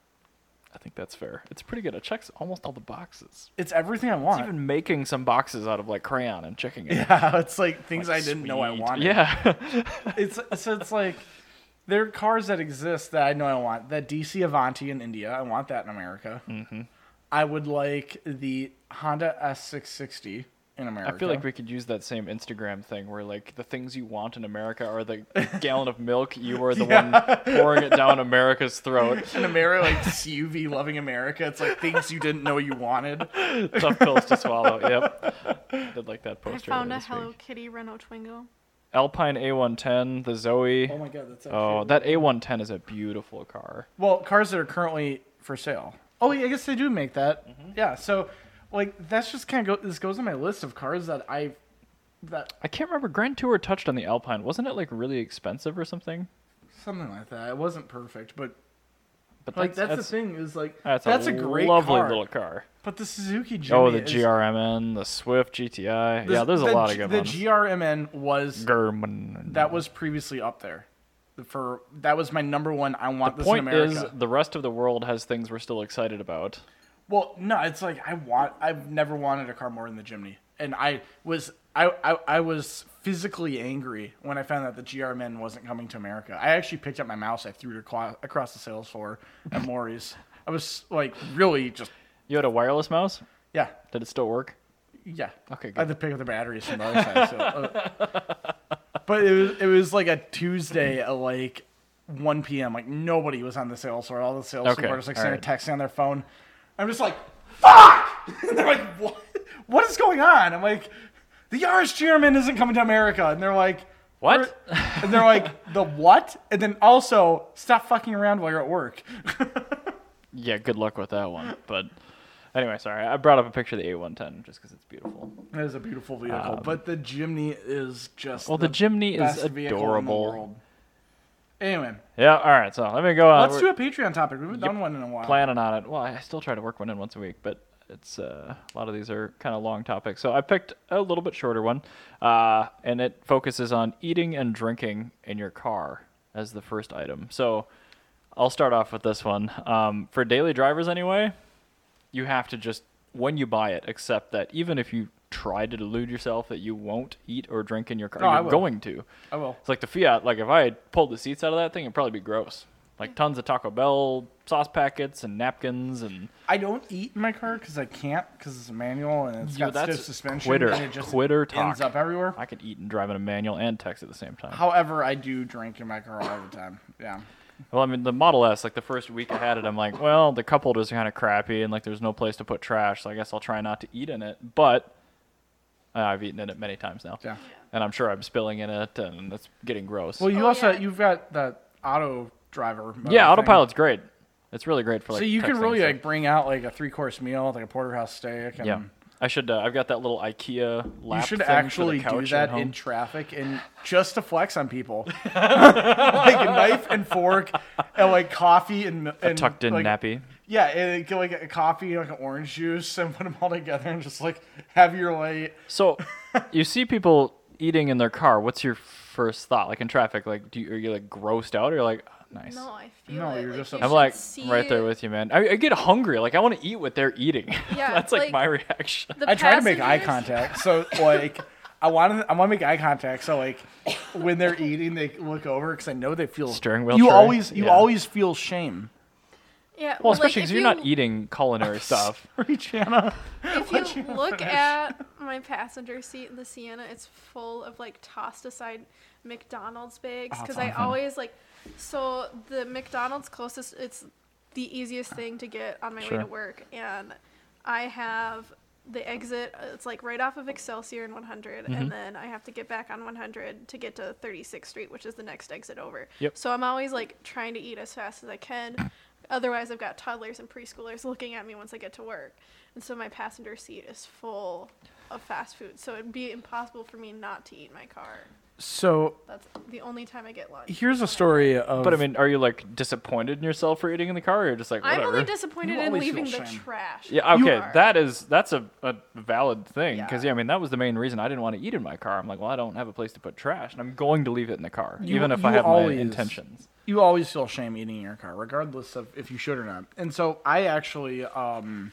Speaker 1: I think that's fair. It's pretty good. It checks almost all the boxes.
Speaker 2: It's everything I
Speaker 1: It's
Speaker 2: want.
Speaker 1: even making some boxes out of like crayon and checking it.
Speaker 2: yeah, it's like things I didn't know I
Speaker 1: Sweet.
Speaker 2: wanted.
Speaker 1: Yeah.
Speaker 2: it's so it's like there are cars that exist that I know I want. That DC Avanti in India, I want that in America. Mm-hmm. I would like the Honda S660 in America.
Speaker 1: I feel like we could use that same Instagram thing where like the things you want in America are the gallon of milk, you are the one pouring it down America's throat.
Speaker 2: in America, like CUV loving America, it's like things you didn't know you wanted.
Speaker 1: Tough pills to swallow. Yep. Did like that
Speaker 3: I
Speaker 1: poster.
Speaker 3: found
Speaker 1: earlier
Speaker 3: a
Speaker 1: this week.
Speaker 3: Hello Kitty Renault Twingo.
Speaker 1: Alpine A110, the Zoe.
Speaker 2: Oh my god, that's actually
Speaker 1: Oh, that A110 is a beautiful car.
Speaker 2: well cars that are currently for sale. Oh, yeah, I guess they do make that.
Speaker 1: Mm-hmm.
Speaker 2: Yeah, so like that's just kind of go. This goes on my list of cars that I that
Speaker 1: I can't remember. Grand Tour touched on the Alpine. Wasn't it like really expensive or something?
Speaker 2: something like that. It wasn't perfect, but
Speaker 1: But
Speaker 2: like that's, the thing is like
Speaker 1: That's,
Speaker 2: that's,
Speaker 1: a,
Speaker 2: a, great
Speaker 1: lovely
Speaker 2: car.
Speaker 1: little car.
Speaker 2: But the Suzuki Jimny.
Speaker 1: oh, the
Speaker 2: is-
Speaker 1: GRMN, the Swift GTI.
Speaker 2: the-
Speaker 1: yeah, there's a
Speaker 2: the
Speaker 1: lot
Speaker 2: G-
Speaker 1: of good
Speaker 2: The
Speaker 1: ones.
Speaker 2: GRMN was
Speaker 1: German.
Speaker 2: that was previously up there. The- For that was my number one. I want this
Speaker 1: Point
Speaker 2: in America.
Speaker 1: is, the rest of the world has things we're still excited about.
Speaker 2: well, no, it's like I want. I've never wanted a car more than the Jimny, and I was I, I I was physically angry when I found out the GRMN wasn't coming to America. I actually picked up my mouse. I threw it across, across the sales floor at Maury's. I was like really just
Speaker 1: You had a wireless mouse?
Speaker 2: yeah
Speaker 1: Did it still work?
Speaker 2: Yeah.
Speaker 1: Okay,
Speaker 2: I had to pick up the batteries from the other side. So, uh, but it was it was like a Tuesday at like 1 p.m. Like nobody was on the sales floor. All the sales
Speaker 1: Okay,
Speaker 2: people were just like
Speaker 1: all
Speaker 2: sitting
Speaker 1: right.
Speaker 2: there texting on their phone. I'm just like, fuck! And they're like, what? What is going on? I'm like, the Yaris chairman isn't coming to America. And they're like,
Speaker 1: What?
Speaker 2: And they're like, the what? And then also, stop fucking around while you're at work.
Speaker 1: Yeah, good luck with that one. But anyway, sorry. I brought up a picture of the A110 just because it's beautiful.
Speaker 2: That is a beautiful vehicle. but the Jimny is just
Speaker 1: Um, Well, the, Jimny is
Speaker 2: best vehicle in the
Speaker 1: adorable.
Speaker 2: world. Anyway,
Speaker 1: Yeah, all right. So let me go on.
Speaker 2: let's
Speaker 1: Uh, We're
Speaker 2: do a Patreon topic. We haven't done one in a while.
Speaker 1: planning on it. Well, I still try to work one in once a week, but it's uh, a lot of these are kind of long topics. So I picked a little bit shorter one, uh, and it focuses on eating and drinking in your car as the first item. So I'll start off with this one. Um, for daily drivers, anyway, you have to just when you buy it accept that even if you try to delude yourself that you won't eat or drink in your car
Speaker 2: No, I
Speaker 1: you're
Speaker 2: will. Oh,
Speaker 1: going to
Speaker 2: I will.
Speaker 1: it's like the Fiat. Like if I had pulled the seats out of that thing, it'd probably be gross. Like tons of Taco Bell sauce packets and napkins and
Speaker 2: I don't eat in my car because I can't because it's a manual and it's
Speaker 1: Yo,
Speaker 2: got stiff
Speaker 1: that's
Speaker 2: suspension
Speaker 1: quitter-
Speaker 2: and it just
Speaker 1: quitter
Speaker 2: ends
Speaker 1: talk.
Speaker 2: up everywhere.
Speaker 1: I could eat and drive in a manual and text at the same time.
Speaker 2: However, I do drink in my car all the time. Yeah.
Speaker 1: Well, I mean the Model S. Like the first week I had it, I'm like, well, the cup holders are kind of crappy and like there's no place to put trash, so I guess I'll try not to eat in it. But uh, I've eaten in it many times now,
Speaker 2: Yeah.
Speaker 1: and I'm sure I'm spilling in it and it's getting gross.
Speaker 2: Well, you
Speaker 3: Oh,
Speaker 2: also
Speaker 3: yeah.
Speaker 2: you've got the auto driver. mode
Speaker 1: yeah,
Speaker 2: thing.
Speaker 1: autopilot's great. It's really great for like.
Speaker 2: so you can
Speaker 1: texting
Speaker 2: really
Speaker 1: and stuff.
Speaker 2: like bring out like a three course meal, like a porterhouse steak. And
Speaker 1: yeah. I should. Uh, I've got that little IKEA.
Speaker 2: You
Speaker 1: Lap
Speaker 2: should
Speaker 1: thing for the
Speaker 2: actually
Speaker 1: couch
Speaker 2: do
Speaker 1: at
Speaker 2: that
Speaker 1: home.
Speaker 2: in traffic and just to flex on people, like a knife and fork, and like coffee and, and
Speaker 1: a tucked in
Speaker 2: like,
Speaker 1: nappy.
Speaker 2: Yeah, and it, like a coffee, like an orange juice, and put them all together and just like have your way.
Speaker 1: So you see people eating in their car. What's your first thought? Like in traffic, like do you, are you like grossed out or you're like "Ah, nice?
Speaker 3: No, I feel
Speaker 2: No,
Speaker 3: it.
Speaker 2: you're
Speaker 3: like,
Speaker 2: just
Speaker 3: you
Speaker 2: a-
Speaker 1: I'm
Speaker 3: should
Speaker 1: like
Speaker 3: see
Speaker 1: right there
Speaker 3: it.
Speaker 1: with you, man. I, I get hungry. Like I want to eat what they're eating.
Speaker 3: Yeah,
Speaker 1: that's like,
Speaker 3: like-
Speaker 1: my reaction.
Speaker 3: The
Speaker 2: I try to make eye
Speaker 3: passengers-
Speaker 2: contact, so like I want to, I want to make eye contact. So like when they're eating, they look over because I know they feel
Speaker 1: Steering wheel
Speaker 2: You
Speaker 1: tray?
Speaker 2: always, you
Speaker 1: Yeah.
Speaker 2: always feel shame.
Speaker 3: Yeah,
Speaker 1: Well,
Speaker 3: like,
Speaker 1: especially
Speaker 3: if
Speaker 1: because you're
Speaker 3: you-
Speaker 1: not eating culinary stuff.
Speaker 2: Sorry, Jana.
Speaker 3: If you look at my passenger seat in the Sienna, it's full of like tossed aside McDonald's bags because I always like. So the McDonald's closest, it's the easiest thing to get on my
Speaker 1: Sure.
Speaker 3: way to work, and I have the exit. uh, It's like right off of Excelsior and 100,
Speaker 1: Mm-hmm.
Speaker 3: and then I have to get back on 100 to get to 36th Street, which is the next exit over.
Speaker 1: Yep.
Speaker 3: So I'm always like trying to eat as fast as I can. Otherwise, I've got toddlers and preschoolers looking at me once I get to work. And so my passenger seat is full of fast food. So it'd be impossible for me not to eat in my car.
Speaker 2: So
Speaker 3: That's the only time I get lunch.
Speaker 2: here's a story of.
Speaker 1: But I mean, are you like disappointed in yourself for eating in the car, or just like
Speaker 3: I'm
Speaker 1: whatever?
Speaker 3: only disappointed
Speaker 2: You
Speaker 3: in
Speaker 2: always
Speaker 3: leaving the
Speaker 2: feel shame.
Speaker 3: trash.
Speaker 1: yeah,
Speaker 2: You
Speaker 1: okay,
Speaker 3: are.
Speaker 1: that is that's a, a valid thing because
Speaker 2: Yeah.
Speaker 1: yeah. I mean that was the main reason I didn't want to eat in my car. I'm like, well, I don't have a place to put trash, and I'm going to leave it in the car,
Speaker 2: You-
Speaker 1: even if I
Speaker 2: you
Speaker 1: have
Speaker 2: always-
Speaker 1: my intentions.
Speaker 2: you always feel shame eating in your car, regardless of if you should or not. And so I actually, um,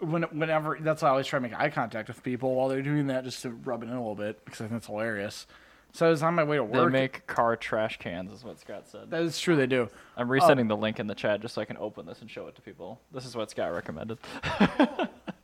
Speaker 2: when whenever that's why I always try to make eye contact with people while they're doing that, just to rub it in a little bit because I think it's hilarious. So I was on my way to
Speaker 1: They
Speaker 2: work.
Speaker 1: make car trash cans, is what Scott said.
Speaker 2: that is true. They do.
Speaker 1: I'm resending the link in the chat just so I can open this and show it to people. This is what Scott recommended.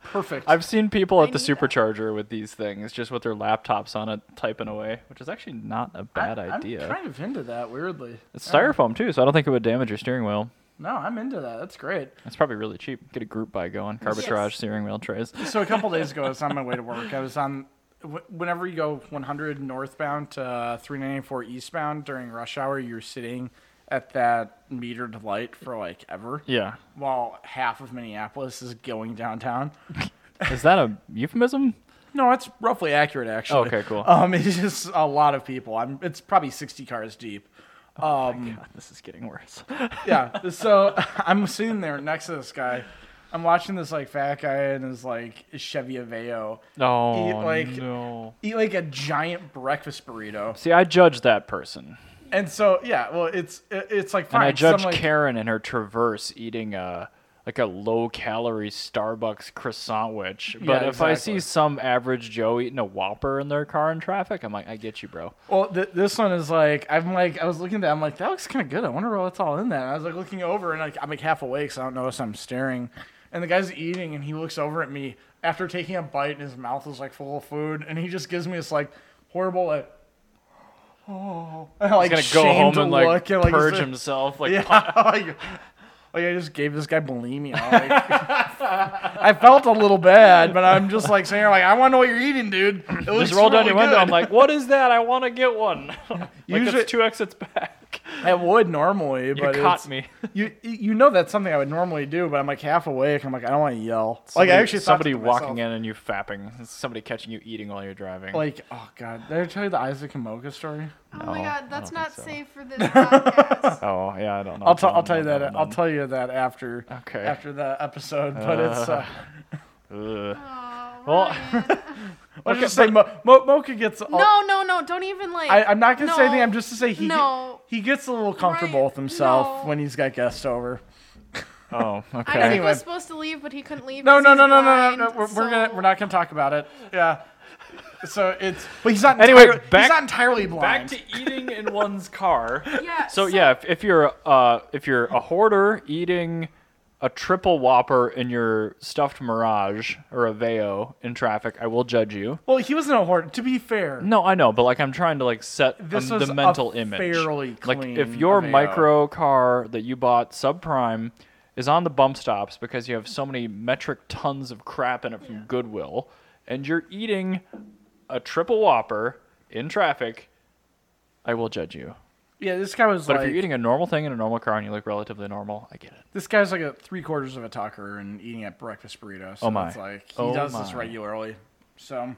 Speaker 2: Perfect.
Speaker 1: I've seen people
Speaker 3: I
Speaker 1: at the
Speaker 3: need that.
Speaker 1: supercharger with these things, just with their laptops on it, typing away, which is actually not a bad
Speaker 2: I-
Speaker 1: idea.
Speaker 2: I'm kind of into that. Weirdly,
Speaker 1: It's styrofoam too, so I don't think it would damage your steering wheel.
Speaker 2: no, I'm into that. That's great.
Speaker 1: It's probably really cheap. Get a group buy going. Carbitrage
Speaker 3: Yes.
Speaker 1: steering wheel trays.
Speaker 2: So a couple days ago, I was on my way to work. I was on wh- whenever you go 100 northbound to uh, 394 eastbound during rush hour, you're sitting at that metered light for like ever.
Speaker 1: Yeah.
Speaker 2: While half of Minneapolis is going downtown.
Speaker 1: Is that a euphemism?
Speaker 2: No, it's roughly accurate actually.
Speaker 1: Okay, cool.
Speaker 2: Um, it's just a lot of people. I'm. It's probably 60 cars deep. Um,
Speaker 1: God, this is getting worse.
Speaker 2: yeah. So I'm sitting there next to this guy. I'm watching this like fat guy and his like Chevy Aveo
Speaker 1: No.
Speaker 2: Oh, like-
Speaker 1: Oh, no.
Speaker 2: eat like a giant breakfast burrito.
Speaker 1: See, I judge that person.
Speaker 2: And so, yeah, well, it's it- it's like fine.
Speaker 1: And I
Speaker 2: so I'm
Speaker 1: judge
Speaker 2: like,
Speaker 1: Karen and her traverse eating a like a low calorie Starbucks croissant witch. But if I
Speaker 2: exactly.
Speaker 1: see some average Joe eating a Whopper in their car in traffic, I'm like, I get you, bro.
Speaker 2: well, th- this one is like, I'm like, I was looking at that. I'm like, that looks kind of good. I wonder what's all in that. And I was like looking over, and like, I'm like half awake, so I don't notice I'm staring. And the guy's eating, and he looks over at me after taking a bite, and his mouth is like full of food, and he just gives me this like horrible like. Oh, and,
Speaker 1: He's
Speaker 2: like
Speaker 1: gonna go home
Speaker 2: shamed
Speaker 1: and like,
Speaker 2: look, and, like,
Speaker 1: purge
Speaker 2: he's like-
Speaker 1: himself. Like,
Speaker 2: Yeah, like, like I just gave this guy bulimia. Like, I felt a little bad, but I'm just like saying, like, I want to know what you're eating, dude. It looks
Speaker 1: just roll down
Speaker 2: really
Speaker 1: your window.
Speaker 2: good.
Speaker 1: I'm like, what is that? I want to get one. like
Speaker 2: Usually-
Speaker 1: it's two exits back.
Speaker 2: I would normally,
Speaker 1: You
Speaker 2: but
Speaker 1: caught
Speaker 2: it's-
Speaker 1: me.
Speaker 2: You you know that's something I would normally do, but I'm like half awake. I'm like, I don't want to yell. like I
Speaker 1: Somebody-
Speaker 2: actually thought
Speaker 1: somebody
Speaker 2: to
Speaker 1: walking
Speaker 2: myself,
Speaker 1: in and you fapping. It's Somebody catching you eating while you're driving.
Speaker 2: Like, oh god, did I tell you the Isaac and Mocha story?
Speaker 3: Oh my
Speaker 1: No, I
Speaker 3: god, that's
Speaker 1: don't think
Speaker 3: not
Speaker 1: so.
Speaker 3: safe for this podcast.
Speaker 1: oh yeah, I don't know.
Speaker 2: I'll tell I'll
Speaker 1: Don't
Speaker 2: tell you
Speaker 1: know
Speaker 2: that I'll tell you that after
Speaker 1: Okay.
Speaker 2: after the episode. But it's uh,
Speaker 1: Ugh.
Speaker 3: Oh,
Speaker 1: Well-
Speaker 3: Ryan.
Speaker 2: let's just say Mo, Mo, Mocha gets all,
Speaker 3: no, no, no! Don't even like.
Speaker 2: I, I'm not gonna say anything.
Speaker 3: no,
Speaker 2: I'm just to say he
Speaker 3: no.
Speaker 2: he gets a little comfortable
Speaker 3: Right,
Speaker 2: with himself
Speaker 3: no.
Speaker 2: when he's got guests over.
Speaker 1: Oh,
Speaker 3: I
Speaker 1: okay.
Speaker 3: know he
Speaker 2: Anyway.
Speaker 3: was supposed to leave, but he couldn't leave.
Speaker 2: No,
Speaker 3: 'cause
Speaker 2: no,
Speaker 3: he's
Speaker 2: no, no, no, no,
Speaker 3: blind,
Speaker 2: no. We're, we're gonna
Speaker 3: so-
Speaker 2: we're not gonna talk about it. Yeah. So it's but he's not
Speaker 1: Anyway,
Speaker 2: entirely, he's
Speaker 1: back-
Speaker 2: not entirely
Speaker 1: Back
Speaker 2: blind.
Speaker 1: to eating in one's car.
Speaker 3: Yeah.
Speaker 1: So yeah, if, if you're uh if you're a hoarder eating a triple whopper in your stuffed Mirage or a Veo in traffic, I will judge you.
Speaker 2: well, he wasn't a hoarder. To be fair,
Speaker 1: No, I know, but like I'm trying to like set
Speaker 2: This
Speaker 1: um,
Speaker 2: was
Speaker 1: the
Speaker 2: a
Speaker 1: mental image.
Speaker 2: fairly clean
Speaker 1: like if your
Speaker 2: Aveo.
Speaker 1: micro car that you bought subprime is on the bump stops because you have so many metric tons of crap in it from Goodwill, and you're eating a triple whopper in traffic, I will judge you.
Speaker 2: yeah, this guy was
Speaker 1: But
Speaker 2: like
Speaker 1: if you're eating a normal thing in a normal car and you look relatively normal, I get it.
Speaker 2: this guy's like a three quarters of a talker and eating at breakfast burritos. So
Speaker 1: Oh my.
Speaker 2: It's like he
Speaker 1: Oh
Speaker 2: does this
Speaker 1: my.
Speaker 2: regularly. So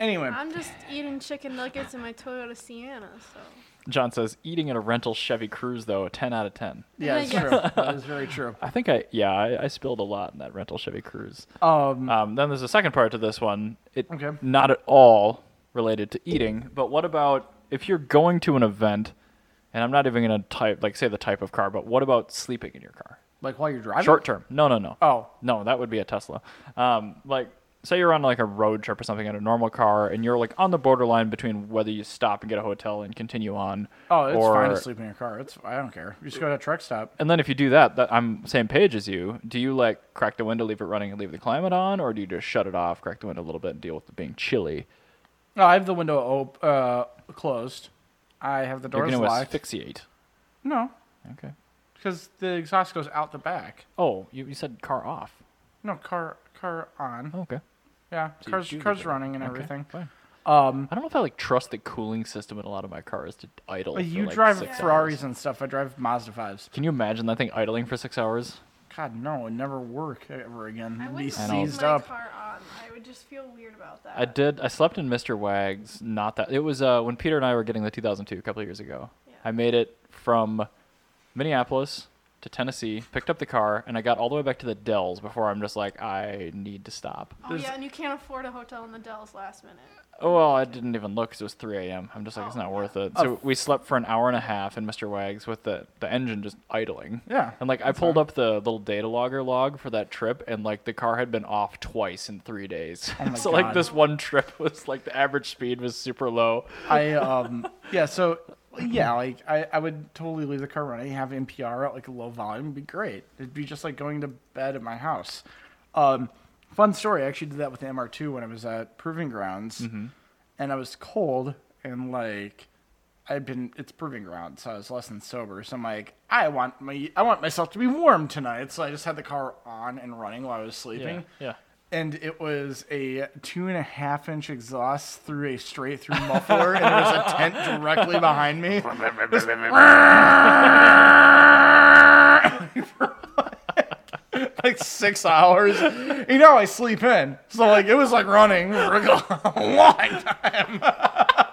Speaker 2: anyway,
Speaker 3: I'm just eating chicken nuggets in my Toyota Sienna. So
Speaker 1: John says eating in a rental Chevy Cruze though, a 10 out of 10.
Speaker 2: yeah, it's
Speaker 3: Yeah.
Speaker 2: true. that is very true.
Speaker 1: I think I yeah I, I spilled a lot in that rental Chevy Cruze.
Speaker 2: Um,
Speaker 1: Um, then there's a second part to this one. It
Speaker 2: Okay.
Speaker 1: not at all related to eating, but what about if you're going to an event, and I'm not even gonna type like say the type of car, but what about sleeping in your car?
Speaker 2: like while you're driving.
Speaker 1: Short term? No, no, no.
Speaker 2: Oh.
Speaker 1: no, that would be a Tesla. Um, like say you're on like a road trip or something in a normal car, and you're like on the borderline between whether you stop and get a hotel and continue on.
Speaker 2: Oh, it's
Speaker 1: or,
Speaker 2: fine to sleep in your car. It's I don't care. You just go to a truck stop.
Speaker 1: And then if you do that, that I'm same page as you. Do you like crack the window, leave it running, and leave the climate on, or do you just shut it off, crack the window a little bit, and deal with it being chilly?
Speaker 2: No, Oh, I have the window op- uh, closed. I have the
Speaker 1: You're
Speaker 2: doors
Speaker 1: going to
Speaker 2: locked.
Speaker 1: asphyxiate.
Speaker 2: no,
Speaker 1: Okay.
Speaker 2: because the exhaust goes out the back.
Speaker 1: Oh, you, you said car off.
Speaker 2: No, car car on.
Speaker 1: Oh, okay.
Speaker 2: Yeah,
Speaker 1: So you
Speaker 2: cars
Speaker 1: do leave
Speaker 2: cars
Speaker 1: it
Speaker 2: running and
Speaker 1: Okay,
Speaker 2: everything.
Speaker 1: fine.
Speaker 2: Um,
Speaker 1: I don't know if I like trust the cooling system in a lot of my cars to idle.
Speaker 2: but
Speaker 1: for,
Speaker 2: you
Speaker 1: like,
Speaker 2: drive
Speaker 1: six
Speaker 2: Ferraris
Speaker 1: hours.
Speaker 2: and stuff. I drive Mazda fives.
Speaker 1: Can you imagine that thing idling for six hours?
Speaker 2: God, no, it never work ever again.
Speaker 3: I
Speaker 2: It'd
Speaker 3: wouldn't
Speaker 2: Be
Speaker 1: I know.
Speaker 3: leave
Speaker 2: seized
Speaker 3: my
Speaker 2: up.
Speaker 3: car on. I would just feel weird about that.
Speaker 1: I did. I slept in Mr. Wags. Not that it was uh, when Peter and I were getting the 2002 a couple of years ago.
Speaker 3: Yeah.
Speaker 1: I made it from Minneapolis to Tennessee, picked up the car, and I got all the way back to the Dells before I'm just like, I need to stop.
Speaker 3: oh
Speaker 2: there's-
Speaker 3: yeah, and you can't afford a hotel in the Dells last minute.
Speaker 1: Oh, well, I didn't even look 'cause it was 3 a.m. I'm just like,
Speaker 2: Oh,
Speaker 1: it's not worth it. So we slept for an hour and a half in Mr. Wags with the, the engine just idling.
Speaker 2: Yeah.
Speaker 1: And like I pulled up the little data logger log for that trip, and like the car had been off twice in three days.
Speaker 2: Oh my
Speaker 1: so like
Speaker 2: God.
Speaker 1: this one trip was like the average speed was super low.
Speaker 2: I um yeah, so yeah, like I, I would totally leave the car running, have NPR at like a low volume, it'd be great. It'd be just like going to bed at my house. Um fun story, I actually did that with the MR2 when I was at Proving Grounds
Speaker 1: Mm-hmm.
Speaker 2: and I was cold and like I'd been it's Proving Grounds, so I was less than sober. So I'm like, I want my I want myself to be warm tonight. So I just had the car on and running while I was sleeping
Speaker 1: Yeah, yeah.
Speaker 2: and it was a two and a half inch exhaust through a straight through muffler, and there was a tent directly behind me. Just- like six hours. You know, I sleep in, so like it was like running for a long time.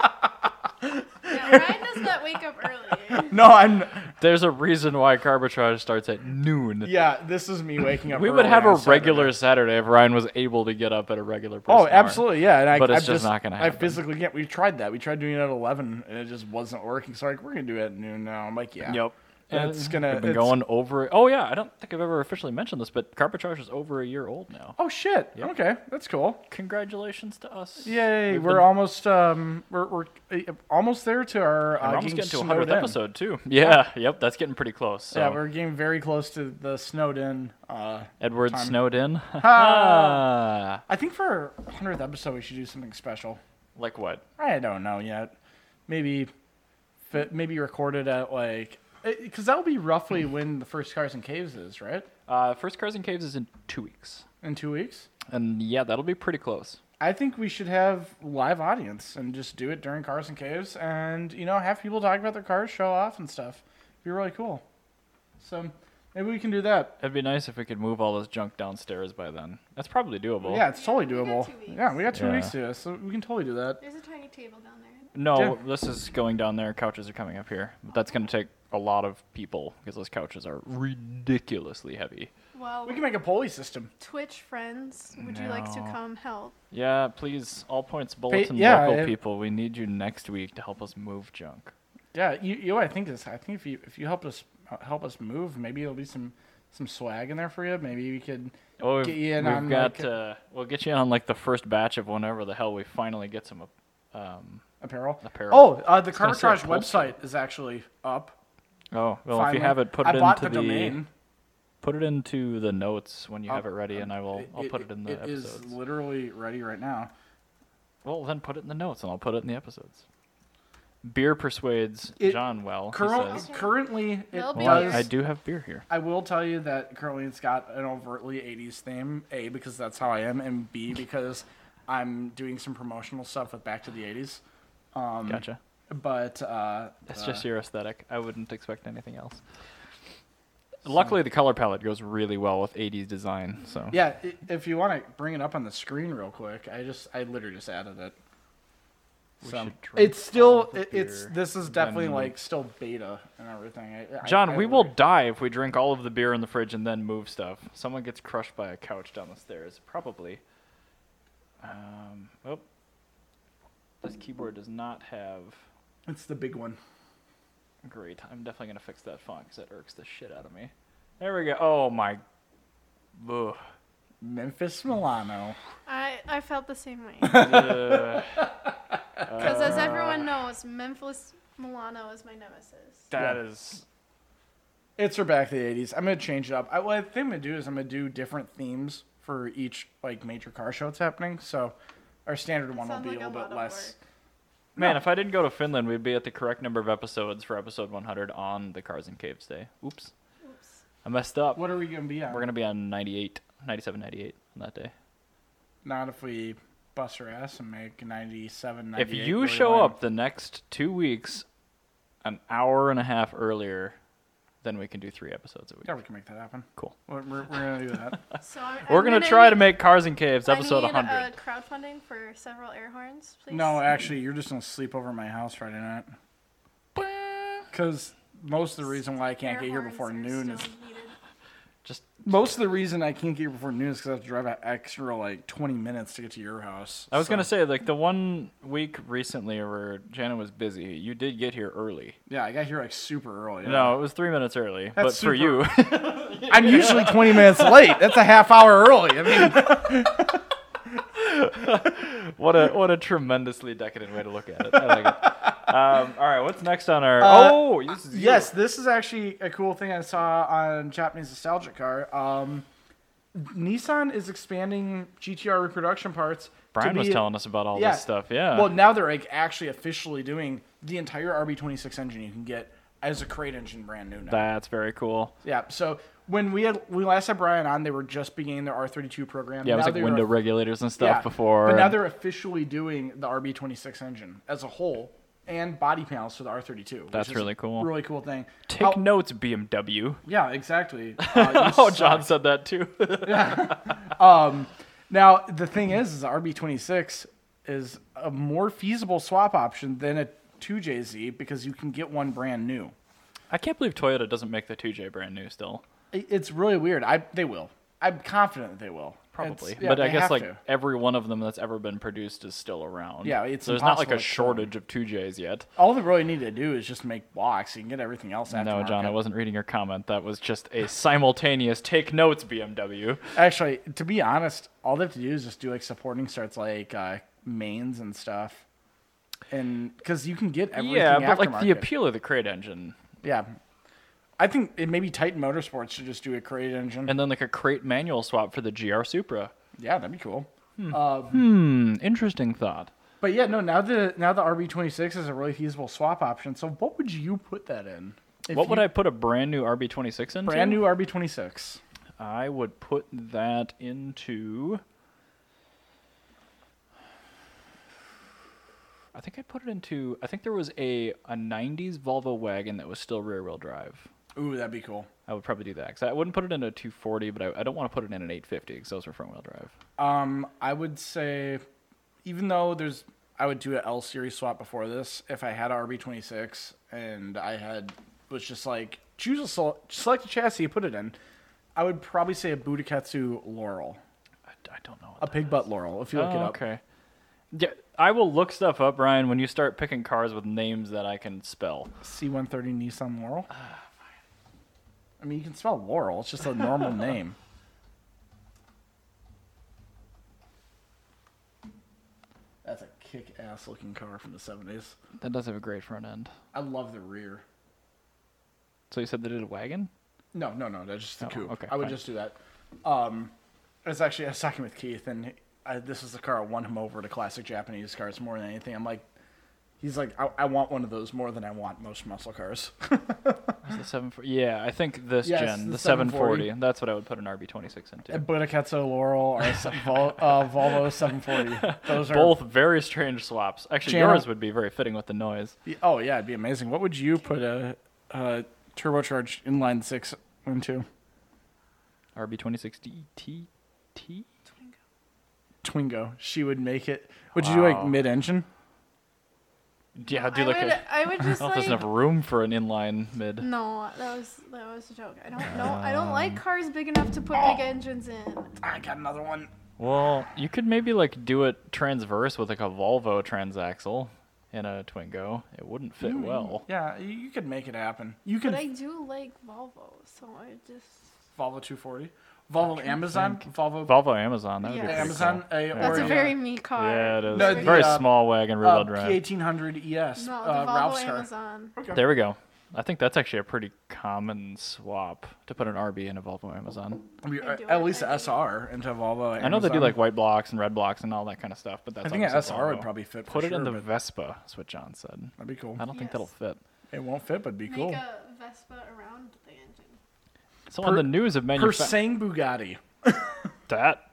Speaker 3: Yeah, Ryan does not wake up early.
Speaker 2: No, I'm
Speaker 1: There's a reason why carbitrage starts at noon.
Speaker 2: yeah. This is me waking up.
Speaker 1: we would
Speaker 2: early
Speaker 1: have
Speaker 2: on
Speaker 1: a
Speaker 2: Saturday.
Speaker 1: regular Saturday if Ryan was able to get up at a regular. Person
Speaker 2: Oh,
Speaker 1: hour.
Speaker 2: absolutely, yeah. And I,
Speaker 1: But it's
Speaker 2: I've
Speaker 1: just not gonna
Speaker 2: I
Speaker 1: happen.
Speaker 2: physically can't. We tried that. We tried doing it at eleven, and it just wasn't working. So like, we're gonna do it at noon now. I'm like, yeah.
Speaker 1: Yep.
Speaker 2: And it's gonna-
Speaker 1: I've been
Speaker 2: it's-
Speaker 1: going over. Oh yeah, I don't think I've ever officially mentioned this, but carbitrage is over a year old now.
Speaker 2: Oh shit. Okay, that's cool.
Speaker 1: Congratulations to us.
Speaker 2: Yay,
Speaker 1: We've
Speaker 2: we're
Speaker 1: been-
Speaker 2: almost um we're we're uh, almost there to our uh,
Speaker 1: We're almost
Speaker 2: getting
Speaker 1: getting to a
Speaker 2: snowed
Speaker 1: 100th
Speaker 2: in.
Speaker 1: episode too. Yeah, yep, that's getting pretty close. So.
Speaker 2: Yeah, we're getting very close to the snowed in. Uh,
Speaker 1: Edward Ah,
Speaker 2: time.
Speaker 1: Snowden.
Speaker 2: Ha! I think for our hundredth episode we should do something special.
Speaker 1: like what?
Speaker 2: I don't know yet. Maybe, fi- maybe record it at like because that'll be roughly when the first Cars and Caves is right
Speaker 1: Uh, first Cars and Caves is in two weeks,
Speaker 2: in two weeks.
Speaker 1: and yeah, that'll be pretty close.
Speaker 2: I think we should have live audience and just do it during Cars and Caves and, you know, have people talk about their cars, show off and stuff. It'd be really cool. So maybe we can do that.
Speaker 1: It'd be nice if we could move all this junk downstairs by then. That's probably doable.
Speaker 2: yeah, it's totally
Speaker 3: we got
Speaker 2: doable.
Speaker 3: two weeks.
Speaker 2: Yeah, we got two
Speaker 1: Yeah.
Speaker 2: weeks to this, so we can totally do that.
Speaker 3: There's a tiny table down there.
Speaker 1: No,
Speaker 2: Yeah.
Speaker 1: this is going down there. Couches are coming up here. But that's going to take a lot of people because those couches are ridiculously heavy.
Speaker 3: Well,
Speaker 2: We can make a pulley system.
Speaker 3: Twitch friends, would you like to
Speaker 1: No.
Speaker 3: come help?
Speaker 1: Yeah, please, all points bulletin
Speaker 2: yeah,
Speaker 1: local
Speaker 2: I-
Speaker 1: people. We need you next week to help us move junk.
Speaker 2: Yeah, you, you know what I think is I think if you if you help us help us move, maybe there'll be some some swag in there for you. Maybe we could
Speaker 1: Oh, we've,
Speaker 2: Get you in
Speaker 1: we've
Speaker 2: on,
Speaker 1: got.
Speaker 2: like,
Speaker 1: uh, we'll get you on like the first batch of whenever the hell we finally get some. uh, Um,
Speaker 2: apparel.
Speaker 1: Apparel.
Speaker 2: Oh, uh, the
Speaker 1: gonna say
Speaker 2: Carbitrage
Speaker 1: upholstery.
Speaker 2: website is actually up.
Speaker 1: oh, well, if
Speaker 2: finally.
Speaker 1: you have it, put it
Speaker 2: I bought
Speaker 1: into
Speaker 2: the domain.
Speaker 1: Put it into the notes when you have it
Speaker 2: I'll-
Speaker 1: ready, and I will. I'll put it in the
Speaker 2: It is
Speaker 1: episodes.
Speaker 2: literally ready right now.
Speaker 1: Well, then put it in the notes, and I'll put it in the episodes. Beer persuades
Speaker 2: It-
Speaker 1: John well. he
Speaker 2: Current,
Speaker 1: says.
Speaker 2: currently, it
Speaker 3: They'll be
Speaker 1: Well, I-
Speaker 2: does.
Speaker 3: here.
Speaker 1: I do have beer here.
Speaker 2: I will tell you that currently it's got an overtly 80s theme. A because that's how I am, and B because I'm doing some promotional stuff with Back to the 80s. Um,
Speaker 1: Gotcha.
Speaker 2: But uh,
Speaker 1: That's
Speaker 2: uh,
Speaker 1: just your aesthetic. I wouldn't expect anything else. Luckily, the color palette goes really well with 80s design. So
Speaker 2: yeah. i- If you want to bring it up on the screen real quick, I just I literally just added it.
Speaker 1: We
Speaker 2: So
Speaker 1: should drink
Speaker 2: it's still
Speaker 1: all the
Speaker 2: it, it's
Speaker 1: beer,
Speaker 2: this is definitely
Speaker 1: then-
Speaker 2: like still beta and everything. I, I-
Speaker 1: John,
Speaker 2: I
Speaker 1: we will
Speaker 2: literally-
Speaker 1: die if we drink all of the beer in the fridge and then move stuff. Someone gets crushed by a couch down the stairs, probably. Um, oh, this keyboard does not have
Speaker 2: It's the big one.
Speaker 1: great. I'm definitely gonna fix that font because that irks the shit out of me. There we go. Oh my. Ugh.
Speaker 2: Memphis Milano.
Speaker 3: I, I felt the same way.
Speaker 1: Ugh.
Speaker 3: Because as
Speaker 2: Uh,
Speaker 3: everyone knows, Memphis Milano is my nemesis.
Speaker 1: that is.
Speaker 2: It's for back to the 80s. I'm going to change it up. I, what I think I'm going to do is I'm going to do different themes for each like major car show that's happening. So our standard one will
Speaker 3: sounds
Speaker 2: be
Speaker 3: like
Speaker 2: a
Speaker 3: a
Speaker 2: little
Speaker 3: lot
Speaker 2: bit
Speaker 3: of
Speaker 2: less.
Speaker 1: Man, if I didn't go to Finland, we'd be at the correct number of episodes for episode 100 on the Cars and Caves Day. Oops,
Speaker 3: Oops.
Speaker 1: I messed up.
Speaker 2: What are we going to be on?
Speaker 1: We're gonna be on 98, 97, 98 on that day.
Speaker 2: Not if we bust our ass and make 97,
Speaker 1: if
Speaker 2: 98
Speaker 1: you
Speaker 2: really
Speaker 1: show
Speaker 2: lame.
Speaker 1: up the next two weeks an hour and a half earlier then we can do three episodes a week.
Speaker 2: Yeah, we can make that happen.
Speaker 1: Cool.
Speaker 2: We're, we're, we're gonna do that.
Speaker 3: So I'm,
Speaker 1: We're
Speaker 3: I'm
Speaker 1: gonna, try to
Speaker 3: need-
Speaker 1: make Cars and Caves episode
Speaker 3: I need
Speaker 1: 100.
Speaker 3: Uh, crowdfunding for several air horns, please.
Speaker 2: no, actually, you're just gonna sleep over at my house Friday night. Because most of the reason why I can't
Speaker 3: Air
Speaker 2: get here
Speaker 3: horns
Speaker 2: before
Speaker 3: are
Speaker 2: noon is
Speaker 3: still needed.
Speaker 1: Just
Speaker 2: most of the reason I can't get here before noon is because I have to drive an extra like 20 minutes to get to your house.
Speaker 1: I was
Speaker 2: So-
Speaker 1: gonna say like the one week recently where Jana was busy, you did get here early.
Speaker 2: Yeah, I got here like super early.
Speaker 1: No, it was three minutes early, but
Speaker 2: That's
Speaker 1: for you,
Speaker 2: I'm usually 20 minutes late. That's a half hour early. I mean,
Speaker 1: what a what a tremendously decadent way to look at it. I like it. Um, all right, what's next on our?
Speaker 2: Uh,
Speaker 1: oh, this is you.
Speaker 2: yes, this is actually a cool thing I saw on Japanese Nostalgia Car. Um, Nissan is expanding GTR reproduction parts. to
Speaker 1: Brian was
Speaker 2: be-
Speaker 1: telling us about all
Speaker 2: yeah.
Speaker 1: this stuff. Yeah.
Speaker 2: Well, now they're like actually officially doing the entire RB26 engine you can get as a crate engine brand new now.
Speaker 1: that's very cool.
Speaker 2: Yeah. So when we had we last had Brian on, they were just beginning their R32 program.
Speaker 1: Yeah, it was
Speaker 2: Now
Speaker 1: like
Speaker 2: they are-
Speaker 1: window regulators and stuff
Speaker 2: yeah,
Speaker 1: before.
Speaker 2: But now
Speaker 1: and-
Speaker 2: they're officially doing the RB26 engine as a whole and body panels for the R32. which
Speaker 1: That's
Speaker 2: is
Speaker 1: really
Speaker 2: a
Speaker 1: cool.
Speaker 2: Really cool thing.
Speaker 1: Take
Speaker 2: How-
Speaker 1: notes, BMW.
Speaker 2: Yeah, exactly. Uh, you
Speaker 1: Oh,
Speaker 2: suck.
Speaker 1: John said that too.
Speaker 2: Now the thing is, is the RB26 is a more feasible swap option than a 2JZ because you can get one brand new.
Speaker 1: I can't believe Toyota doesn't make the 2J brand new still.
Speaker 2: I- It's really weird. I they will. I'm confident that they will.
Speaker 1: Probably,
Speaker 2: It's- yeah,
Speaker 1: but I
Speaker 2: they
Speaker 1: guess
Speaker 2: have
Speaker 1: like
Speaker 2: to.
Speaker 1: every one of them that's ever been produced is still around.
Speaker 2: Yeah, it's
Speaker 1: there's not like a
Speaker 2: impossible to
Speaker 1: shortage of 2Js yet.
Speaker 2: All they really need to do is just make blocks. You can get everything else after.
Speaker 1: No, John, I wasn't reading your comment. That was just a simultaneous take notes, BMW.
Speaker 2: Actually, to be honest, all they have to do is just do like supporting starts like uh, mains and stuff, and because you can get everything.
Speaker 1: yeah, but like the
Speaker 2: aftermarket.
Speaker 1: appeal of the crate engine,
Speaker 2: Yeah, I think it maybe Titan Motorsports should just do a crate engine.
Speaker 1: and then like a crate manual swap for the GR Supra.
Speaker 2: yeah, that'd be cool. Um,
Speaker 1: Hmm, interesting thought.
Speaker 2: But yeah, no. Now the now the RB twenty six is a really feasible swap option. So what would you put that in? If
Speaker 1: what would
Speaker 2: you-
Speaker 1: I put a brand new RB26 into?
Speaker 2: brand new RB twenty six?
Speaker 1: I would put that into. I think I'd put it into. I think there was a, a 90s Volvo wagon that was still rear wheel drive.
Speaker 2: Ooh, that'd be cool.
Speaker 1: I would probably do that. 'cause I wouldn't put it in a 240, but I, I don't want to put it in an 850 because those were front wheel drive.
Speaker 2: Um, I would say, even though there's, I would do an L series swap before this. If I had a RB26 and I had was just like choose a sol- select a chassis, put it in. I would probably say a Budakatsu Laurel,
Speaker 1: I, I don't know. What
Speaker 2: a
Speaker 1: that-
Speaker 2: pig butt Laurel. If you look
Speaker 1: Oh,
Speaker 2: it up,
Speaker 1: Okay. Yeah, I will look stuff up, Ryan, when you start picking cars with names that I can spell.
Speaker 2: C130 Nissan Laurel.
Speaker 1: Ah,
Speaker 2: I mean, you can spell Laurel. It's just a normal name. That's a kick-ass looking car from the '70s.
Speaker 1: That does have a great front end.
Speaker 2: I love the rear.
Speaker 1: So you said they did a wagon?
Speaker 2: No, no, no. That's just the
Speaker 1: Oh,
Speaker 2: coupe.
Speaker 1: okay,
Speaker 2: I would
Speaker 1: fine.
Speaker 2: just do that. Um, it's actually I was talking with Keith, and I, this is the car I want him over to classic Japanese cars more than anything. I'm like, he's like, I, I want one of those more than I want most muscle cars.
Speaker 1: Is the seven, yeah, I think this
Speaker 2: Yes,
Speaker 1: gen,
Speaker 2: the
Speaker 1: the,
Speaker 2: 740.
Speaker 1: 740. That's what I would put an RB26 into.
Speaker 2: Budaketsu Laurel or a se- Vol- uh, Volvo 740. Those are
Speaker 1: Both very strange swaps. Actually,
Speaker 2: Jana-
Speaker 1: yours would be very fitting with the noise.
Speaker 2: Oh yeah, it'd be amazing. What would you put a, a turbocharged inline six into?
Speaker 1: RB26 DTT?
Speaker 3: Twingo.
Speaker 2: Twingo. She would make it. Would you do like
Speaker 1: Wow.
Speaker 2: mid-engine?
Speaker 1: Yeah,
Speaker 3: I
Speaker 1: do like
Speaker 3: would, Mm.
Speaker 1: a.
Speaker 3: I would
Speaker 1: I don't
Speaker 3: just
Speaker 1: know Oh, if
Speaker 3: like.
Speaker 1: there's enough room for an inline mid.
Speaker 3: No, that was that was a joke. I don't know. I don't
Speaker 2: Um.
Speaker 3: like cars big enough to put big engines in.
Speaker 2: I got another one.
Speaker 1: Well, you could maybe like do it transverse with like a Volvo transaxle in a Twingo. It wouldn't
Speaker 3: Mm.
Speaker 1: fit well.
Speaker 2: Hmm. Yeah, you, you could make it happen. You could
Speaker 3: But I do like Volvo, so I just
Speaker 2: Volvo 240, Volvo Amazon, Volvo uh,
Speaker 1: Volvo Amazon. That would
Speaker 3: Yeah.
Speaker 1: be pretty
Speaker 2: Amazon. A, or
Speaker 3: that's a
Speaker 2: uh,
Speaker 3: very me car.
Speaker 1: Cool. Yeah, it is.
Speaker 2: No,
Speaker 1: very
Speaker 2: the, uh,
Speaker 1: small wagon, rear wheel
Speaker 2: uh,
Speaker 1: drive.
Speaker 2: P1800 ES.
Speaker 3: No, the
Speaker 2: uh,
Speaker 3: Volvo
Speaker 2: Ralph's car.
Speaker 3: Amazon.
Speaker 1: There we go. I think that's actually a pretty common swap to put an RB in a Volvo Amazon.
Speaker 2: I mean, uh,
Speaker 3: I do
Speaker 2: at
Speaker 3: it,
Speaker 2: least
Speaker 3: I
Speaker 2: a
Speaker 3: do it.
Speaker 2: SR into Volvo.
Speaker 1: I know they do
Speaker 2: Amazon.
Speaker 1: like white blocks and red blocks and all that kind of stuff, but that's
Speaker 2: I think an
Speaker 1: obviously
Speaker 2: SR would
Speaker 1: Volvo.
Speaker 2: probably fit.
Speaker 1: put
Speaker 2: for
Speaker 1: it
Speaker 2: sure,
Speaker 1: in the
Speaker 2: but
Speaker 1: Vespa. That's what John said.
Speaker 2: That'd be cool.
Speaker 1: I don't think
Speaker 3: Yes.
Speaker 1: that'll fit.
Speaker 2: It won't fit, but it'd be
Speaker 3: Make
Speaker 2: cool.
Speaker 3: a Vespa around the engine.
Speaker 1: So
Speaker 2: Per-
Speaker 1: on the news of
Speaker 2: Her
Speaker 1: manufacturing,
Speaker 2: sang Bugatti.
Speaker 1: that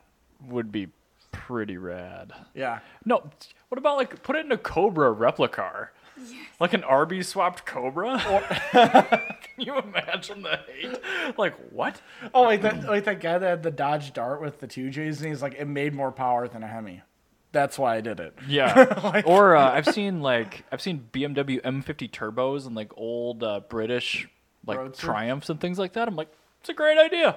Speaker 1: would be pretty rad.
Speaker 2: Yeah.
Speaker 1: No, what about like put it in a Cobra replicar? Like an Arby's swapped Cobra? Can you imagine the hate? Like what?
Speaker 2: Oh, like that, like that guy that had the Dodge Dart with the two J's, and he's like, it made more power than a Hemi. That's why I did it.
Speaker 1: Yeah. or uh, I've seen like I've seen BMW M50 turbos and like old uh, British like
Speaker 2: Roadster?
Speaker 1: Triumphs and things like that. I'm like, it's a great idea.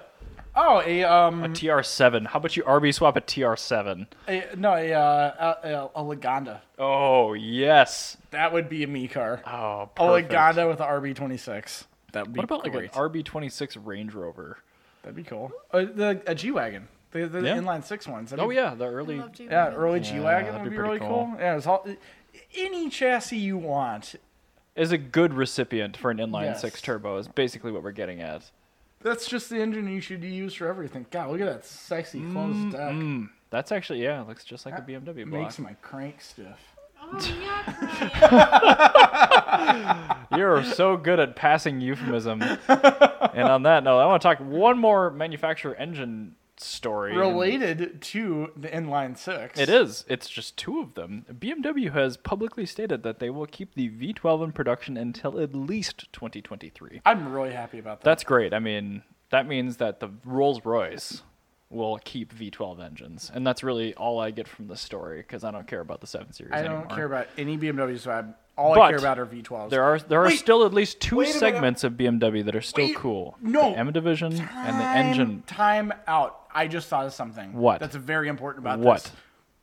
Speaker 2: Oh, a um,
Speaker 1: A TR7. How about you Arby's swap a TR7?
Speaker 2: a- no, a uh, a, a, a Lagonda.
Speaker 1: Oh yes.
Speaker 2: That would be a me car.
Speaker 1: Oh,
Speaker 2: a
Speaker 1: perfect.
Speaker 2: Lagonda with a RB26. That would be
Speaker 1: What about like
Speaker 2: great.
Speaker 1: an RB26 Range Rover?
Speaker 2: That'd be cool. Uh, the a G wagon, the, the
Speaker 1: Yeah.
Speaker 2: inline six ones. That'd
Speaker 1: Oh
Speaker 2: be-
Speaker 1: yeah, the early.
Speaker 3: love G
Speaker 2: yeah,
Speaker 3: Wagon.
Speaker 2: early
Speaker 1: Yeah,
Speaker 2: G wagon
Speaker 1: that'd be
Speaker 2: would be,
Speaker 1: pretty
Speaker 2: really
Speaker 1: cool.
Speaker 2: cool. Yeah, it's all any chassis you want.
Speaker 1: is a good recipient for an inline
Speaker 2: Yes.
Speaker 1: six turbo is basically what we're getting at.
Speaker 2: That's just the engine you should use for everything. God, look at that sexy closed deck.
Speaker 1: Mm, that's actually yeah, it looks just like
Speaker 2: That
Speaker 1: a BMW block.
Speaker 2: Makes my crank stiff.
Speaker 3: Oh yeah, Brian.
Speaker 1: You're so good at passing euphemism. and on that note, I want to talk one more manufacturer engine story.
Speaker 2: Related to the inline six.
Speaker 1: It is. It's just two of them. BMW has publicly stated that they will keep the V12 in production until at least 2023.
Speaker 2: I'm really happy about that.
Speaker 1: That's great. I mean, that means that the Rolls Royce will keep V12 engines, and that's really all I get from this story because I don't care about the seven series
Speaker 2: I don't
Speaker 1: anymore.
Speaker 2: care about any BMW swab. All
Speaker 1: But
Speaker 2: I care about are V12s.
Speaker 1: There are there are
Speaker 2: Wait,
Speaker 1: still at least two
Speaker 2: wait a minute.
Speaker 1: segments of BMW that are still
Speaker 2: Wait,
Speaker 1: cool.
Speaker 2: no.
Speaker 1: the M division and the
Speaker 2: Time-
Speaker 1: engine.
Speaker 2: Time out. I just thought of something.
Speaker 1: What?
Speaker 2: That's very important about
Speaker 1: What?
Speaker 2: this.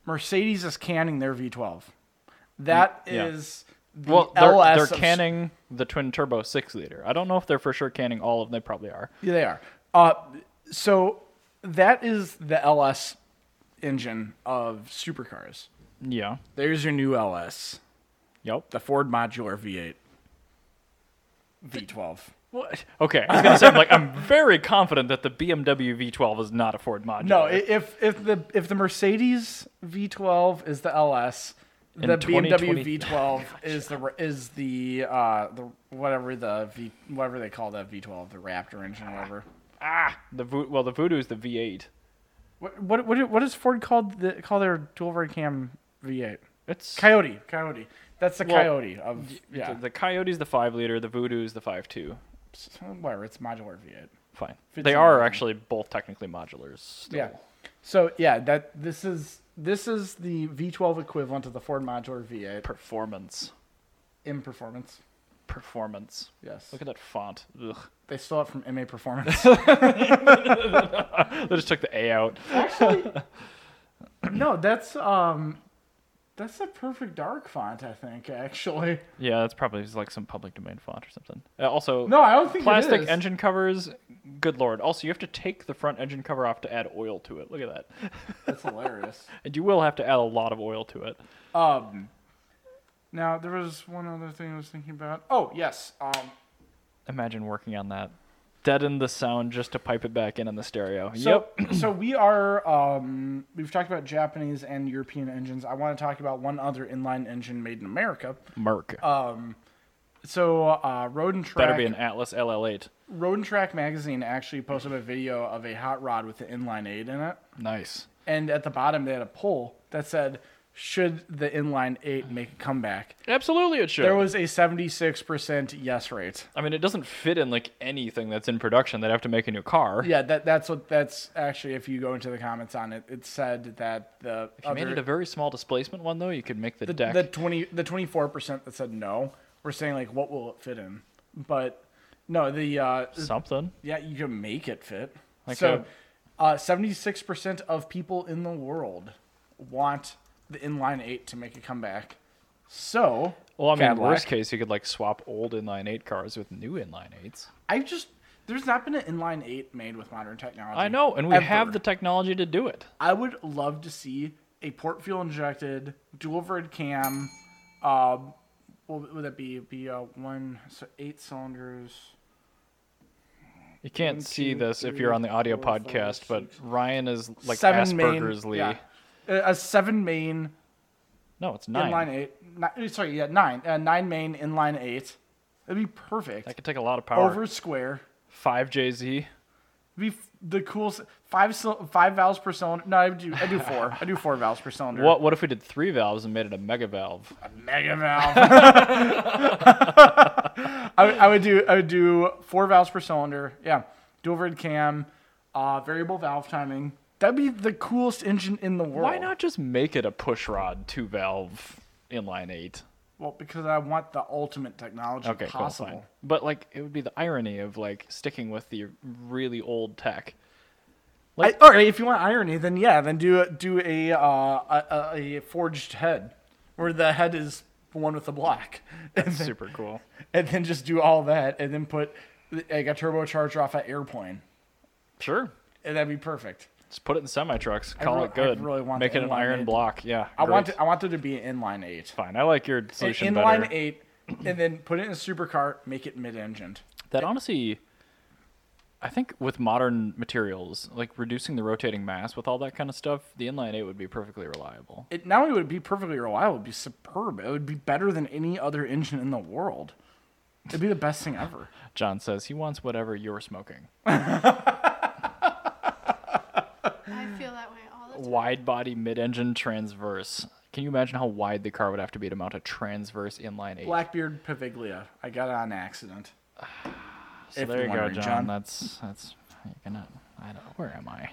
Speaker 2: Mercedes is canning their V12. That
Speaker 1: yeah.
Speaker 2: is the
Speaker 1: Well, they're,
Speaker 2: LS
Speaker 1: they're
Speaker 2: of s-
Speaker 1: canning the twin turbo six liter. I don't know if they're for sure canning all of them. They probably are.
Speaker 2: Yeah, they are. Uh, so that is the LS engine of supercars.
Speaker 1: Yeah.
Speaker 2: There's your new LS,
Speaker 1: Yep.
Speaker 2: the Ford Modular V8, V12.
Speaker 1: What? Okay. I was gonna say I'm like I'm very confident that the BMW V12 is not a Ford modular.
Speaker 2: No, i- if if the if the Mercedes V12 is the LS, the
Speaker 1: 2020
Speaker 2: BMW V12 is the r- is the uh the whatever the V whatever they call that V12 the Raptor engine or whatever.
Speaker 1: Ah, the Vo- well, the Voodoo is the V8.
Speaker 2: What what what, do- what is Ford called the call their dual cam V8?
Speaker 1: It's
Speaker 2: Coyote, Coyote. That's the
Speaker 1: Well,
Speaker 2: Coyote of yeah.
Speaker 1: the, the Coyote's the five liter, the Voodoo's the five two.
Speaker 2: whatever, it's modular V8.
Speaker 1: Fine.
Speaker 2: Fits
Speaker 1: they
Speaker 2: in
Speaker 1: are
Speaker 2: everything.
Speaker 1: actually both technically modulars. Still.
Speaker 2: Yeah. So yeah, that this is this is the V12 equivalent of the Ford modular V8
Speaker 1: Performance.
Speaker 2: in performance.
Speaker 1: Performance.
Speaker 2: Yes.
Speaker 1: Look at that font. Ugh.
Speaker 2: They stole it from MA Performance.
Speaker 1: They just took the A out.
Speaker 2: Actually, no, that's um, that's a perfect dark font. I think actually.
Speaker 1: Yeah, that's probably just like some public domain font or something. Uh, also,
Speaker 2: No, I don't think
Speaker 1: plastic
Speaker 2: it is.
Speaker 1: engine covers. Good lord. Also, you have to take the front engine cover off to add oil to it. Look at that.
Speaker 2: That's hilarious.
Speaker 1: And you will have to add a lot of oil to it.
Speaker 2: Um, now there was one other thing I was thinking about. Oh yes. Um,
Speaker 1: Imagine working on that. Deaden the sound just to pipe it back in on the stereo.
Speaker 2: so,
Speaker 1: yep.
Speaker 2: so we are um, we've talked about Japanese and European engines. I want to talk about one other inline engine made in America.
Speaker 1: Merc.
Speaker 2: uh, So uh, Road and Track
Speaker 1: Better be an Atlas LL8.
Speaker 2: Road and Track magazine actually posted a video of a hot rod with an inline eight in it.
Speaker 1: Nice.
Speaker 2: and at the bottom they had a poll that said should the inline 8 make a comeback
Speaker 1: Absolutely, it should.
Speaker 2: there was a 76% yes rate
Speaker 1: I mean, it doesn't fit in like anything that's in production. They'd have to make a new car.
Speaker 2: yeah that, that's what that's actually if you go into the comments on it it said that the
Speaker 1: If you made
Speaker 2: other-
Speaker 1: it a very small displacement one, though, you could make the,
Speaker 2: the,
Speaker 1: deck.
Speaker 2: the 20 the 24% that said no were saying like what will it fit in but no the uh,
Speaker 1: something.
Speaker 2: yeah you can make it fit
Speaker 1: Like
Speaker 2: so uh, 76% of people in the world want the inline 8 to make a comeback so
Speaker 1: Well, I mean,
Speaker 2: Cadillac-
Speaker 1: worst case, you could like swap old inline eight cars with new inline eights.
Speaker 2: I just there's not been an inline eight made with modern technology.
Speaker 1: I know, and we have
Speaker 2: ever.
Speaker 1: the technology to do it.
Speaker 2: I would love to see a port fuel injected dual verd cam. Uh, what would that be? It'd Be uh, one so eight cylinders.
Speaker 1: You can't
Speaker 2: One,
Speaker 1: see
Speaker 2: two,
Speaker 1: this if
Speaker 2: three,
Speaker 1: you're on the audio
Speaker 2: four, five,
Speaker 1: podcast, but
Speaker 2: six.
Speaker 1: Ryan is like
Speaker 2: main-
Speaker 1: Asperger's Lee.
Speaker 2: yeah. A a seven main
Speaker 1: No, it's nine.
Speaker 2: inline eight. Ni- eh, sorry, yeah, nine. Uh, nine main inline eight. That'd be perfect.
Speaker 1: That could take a lot of power.
Speaker 2: Over square.
Speaker 1: Five JZ.
Speaker 2: It'd be f- the cool s- five sil- five valves per cylinder. No, I do I do four. I do four valves per cylinder.
Speaker 1: What what if we did three valves and made it a mega valve?
Speaker 2: mega valve? I, would- I would do I would do four valves per cylinder. Yeah, dual overhead cam, uh, variable valve timing. That'd be the coolest engine in the world.
Speaker 1: Why not just make it a pushrod two valve inline eight?
Speaker 2: Well, because I want the ultimate technology
Speaker 1: Okay,
Speaker 2: possible.
Speaker 1: cool, fine. But like, it would be the irony of like sticking with the really old tech.
Speaker 2: I, all right, if you want irony, then yeah, then do a- do a uh, a, a a forged head, where the head is the one with the black, and then,
Speaker 1: Super cool.
Speaker 2: and then just do all that, and then put like a turbocharger off an airplane,
Speaker 1: Sure.
Speaker 2: and that'd be perfect.
Speaker 1: Just put it in semi trucks. Call
Speaker 2: re-
Speaker 1: it good.
Speaker 2: I really want
Speaker 1: Make
Speaker 2: the
Speaker 1: it an
Speaker 2: inline
Speaker 1: iron
Speaker 2: eight.
Speaker 1: block. Yeah.
Speaker 2: I want
Speaker 1: great.
Speaker 2: to, I want there to be an inline eight,
Speaker 1: Fine. I like your
Speaker 2: an
Speaker 1: solution
Speaker 2: inline
Speaker 1: better.
Speaker 2: eight, and then put it in a supercar, make it mid-engined.
Speaker 1: That honestly, I think with modern materials, like reducing the rotating mass with all that kind of stuff, the inline eight would be perfectly reliable.
Speaker 2: It not only would it be perfectly reliable, it'd be superb. It would be better than any other engine in the world. It'd be the best thing ever.
Speaker 1: John says he wants whatever you're smoking.
Speaker 3: I feel that way all the time.
Speaker 1: Wide body mid engine transverse. Can you imagine how wide the car would have to be to mount a transverse inline eight?
Speaker 2: Blackbeard Paviglia. I got it on accident.
Speaker 1: so
Speaker 2: if
Speaker 1: there
Speaker 2: you're
Speaker 1: you go,
Speaker 2: wondering,
Speaker 1: John.
Speaker 2: John.
Speaker 1: That's that's you cannot I don't know where am I?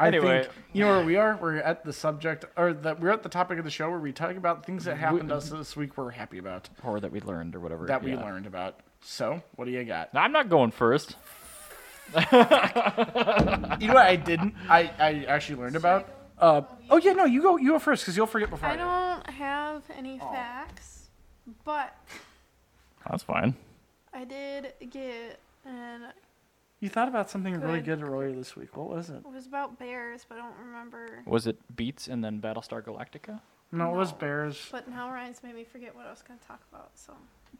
Speaker 2: I
Speaker 1: Anyway.
Speaker 2: think you know where we are. We're at the subject, or the, we're at the topic of the show where we talk about things that happened to us this week. We're happy about
Speaker 1: Or that we learned or whatever.
Speaker 2: that we
Speaker 1: yeah.
Speaker 2: learned about. So, what do you got?
Speaker 1: I'm not going first.
Speaker 2: You know what I didn't? I, I actually learned about. Uh, oh yeah, no, you go you go first because you'll forget before I,
Speaker 3: I
Speaker 2: do.
Speaker 3: don't have any
Speaker 2: Oh.
Speaker 3: facts, but
Speaker 1: That's fine.
Speaker 3: I did get and
Speaker 2: You thought about something really
Speaker 3: Good.
Speaker 2: good earlier this week. What was it?
Speaker 3: it was about bears, but I don't remember.
Speaker 1: Was it Beats and then Battlestar Galactica?
Speaker 2: No, it was bears.
Speaker 3: But now Ryan's made me forget what I was going to talk about. So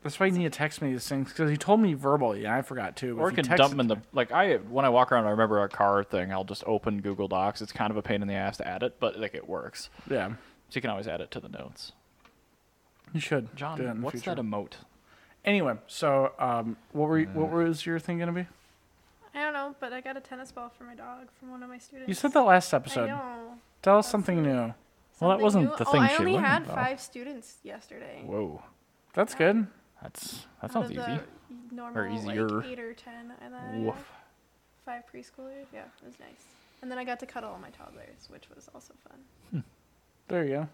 Speaker 2: That's why you need to text me these things because he told me verbally, and I forgot too. but
Speaker 1: Or
Speaker 2: if
Speaker 1: can
Speaker 2: you text
Speaker 1: dump
Speaker 2: it
Speaker 1: them in
Speaker 2: to
Speaker 1: the
Speaker 2: me-
Speaker 1: like I when I walk around I remember a car thing, I'll just open Google Docs. It's kind of a pain in the ass to add it, but like it works.
Speaker 2: yeah.
Speaker 1: So you can always add it to the notes.
Speaker 2: You should. do it in
Speaker 1: John,
Speaker 2: the
Speaker 1: what's
Speaker 2: future.
Speaker 1: that emote?
Speaker 2: Anyway, so um, what were you, what was your thing gonna be?
Speaker 3: I don't know, but I got a tennis ball for my dog from one of my students.
Speaker 2: You said that last
Speaker 3: I
Speaker 2: episode.
Speaker 3: know.
Speaker 2: Tell us something new.
Speaker 1: Well, that wasn't
Speaker 3: Something new-
Speaker 1: the thing
Speaker 3: oh, I
Speaker 1: she
Speaker 3: only
Speaker 1: learned,
Speaker 3: had
Speaker 1: though.
Speaker 3: five students yesterday.
Speaker 1: Whoa.
Speaker 2: That's good.
Speaker 1: That's that
Speaker 3: out
Speaker 1: sounds
Speaker 3: of
Speaker 1: easy.
Speaker 3: the Normal,
Speaker 1: easier.
Speaker 3: Like eight or ten, and then I
Speaker 1: Woof.
Speaker 3: had five preschoolers. Yeah, it was nice. And then I got to cuddle all my toddlers, which was also fun.
Speaker 2: There you go.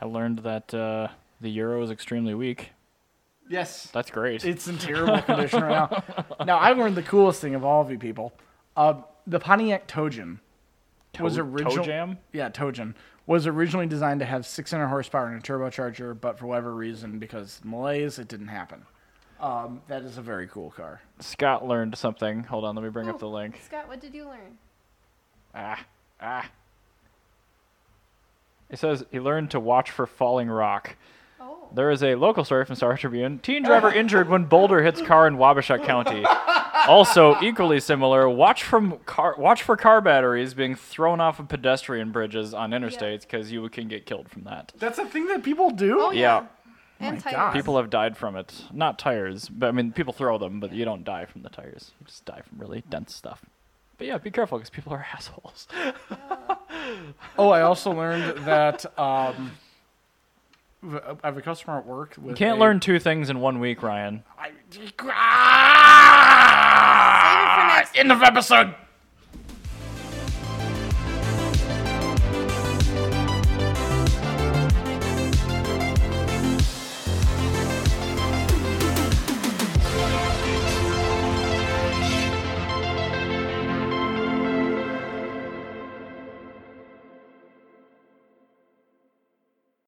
Speaker 1: I learned that uh, the euro is extremely weak.
Speaker 2: Yes.
Speaker 1: That's great.
Speaker 2: It's in terrible condition right now. Now I learned the coolest thing of all of you people. Uh, the Pontiac Tojin was
Speaker 1: Toe-
Speaker 2: original.
Speaker 1: Toe jam?
Speaker 2: Yeah, Tojin was originally designed to have 600 horsepower and a turbocharger, but for whatever reason, because malaise, it didn't happen. Um, that is a very cool car.
Speaker 1: Scott learned something. Hold on, let me bring
Speaker 3: Oh.
Speaker 1: up the link.
Speaker 3: Scott, what did you learn?
Speaker 1: Ah, ah. It says he learned to watch for falling rock.
Speaker 3: Oh,
Speaker 1: There is a local story from Star Tribune. Teen driver injured when boulder hits car in Wabasha County. Also, equally similar, watch from car watch for car batteries being thrown off of pedestrian bridges on interstates because you can get killed from that.
Speaker 2: That's a thing that people do.
Speaker 3: Oh,
Speaker 1: Yeah.
Speaker 3: and
Speaker 2: my
Speaker 3: tires.
Speaker 2: God.
Speaker 1: People have died from it. Not tires, but I mean, people throw them, but you don't die from the tires. You just die from really dense stuff. But yeah, be careful because people are assholes.
Speaker 2: Oh, I also learned that um, uh, I have a customer at work. With
Speaker 1: You can't
Speaker 2: a-
Speaker 1: learn two things in one week, Ryan.
Speaker 2: I- Ah!
Speaker 3: next
Speaker 2: End of episode.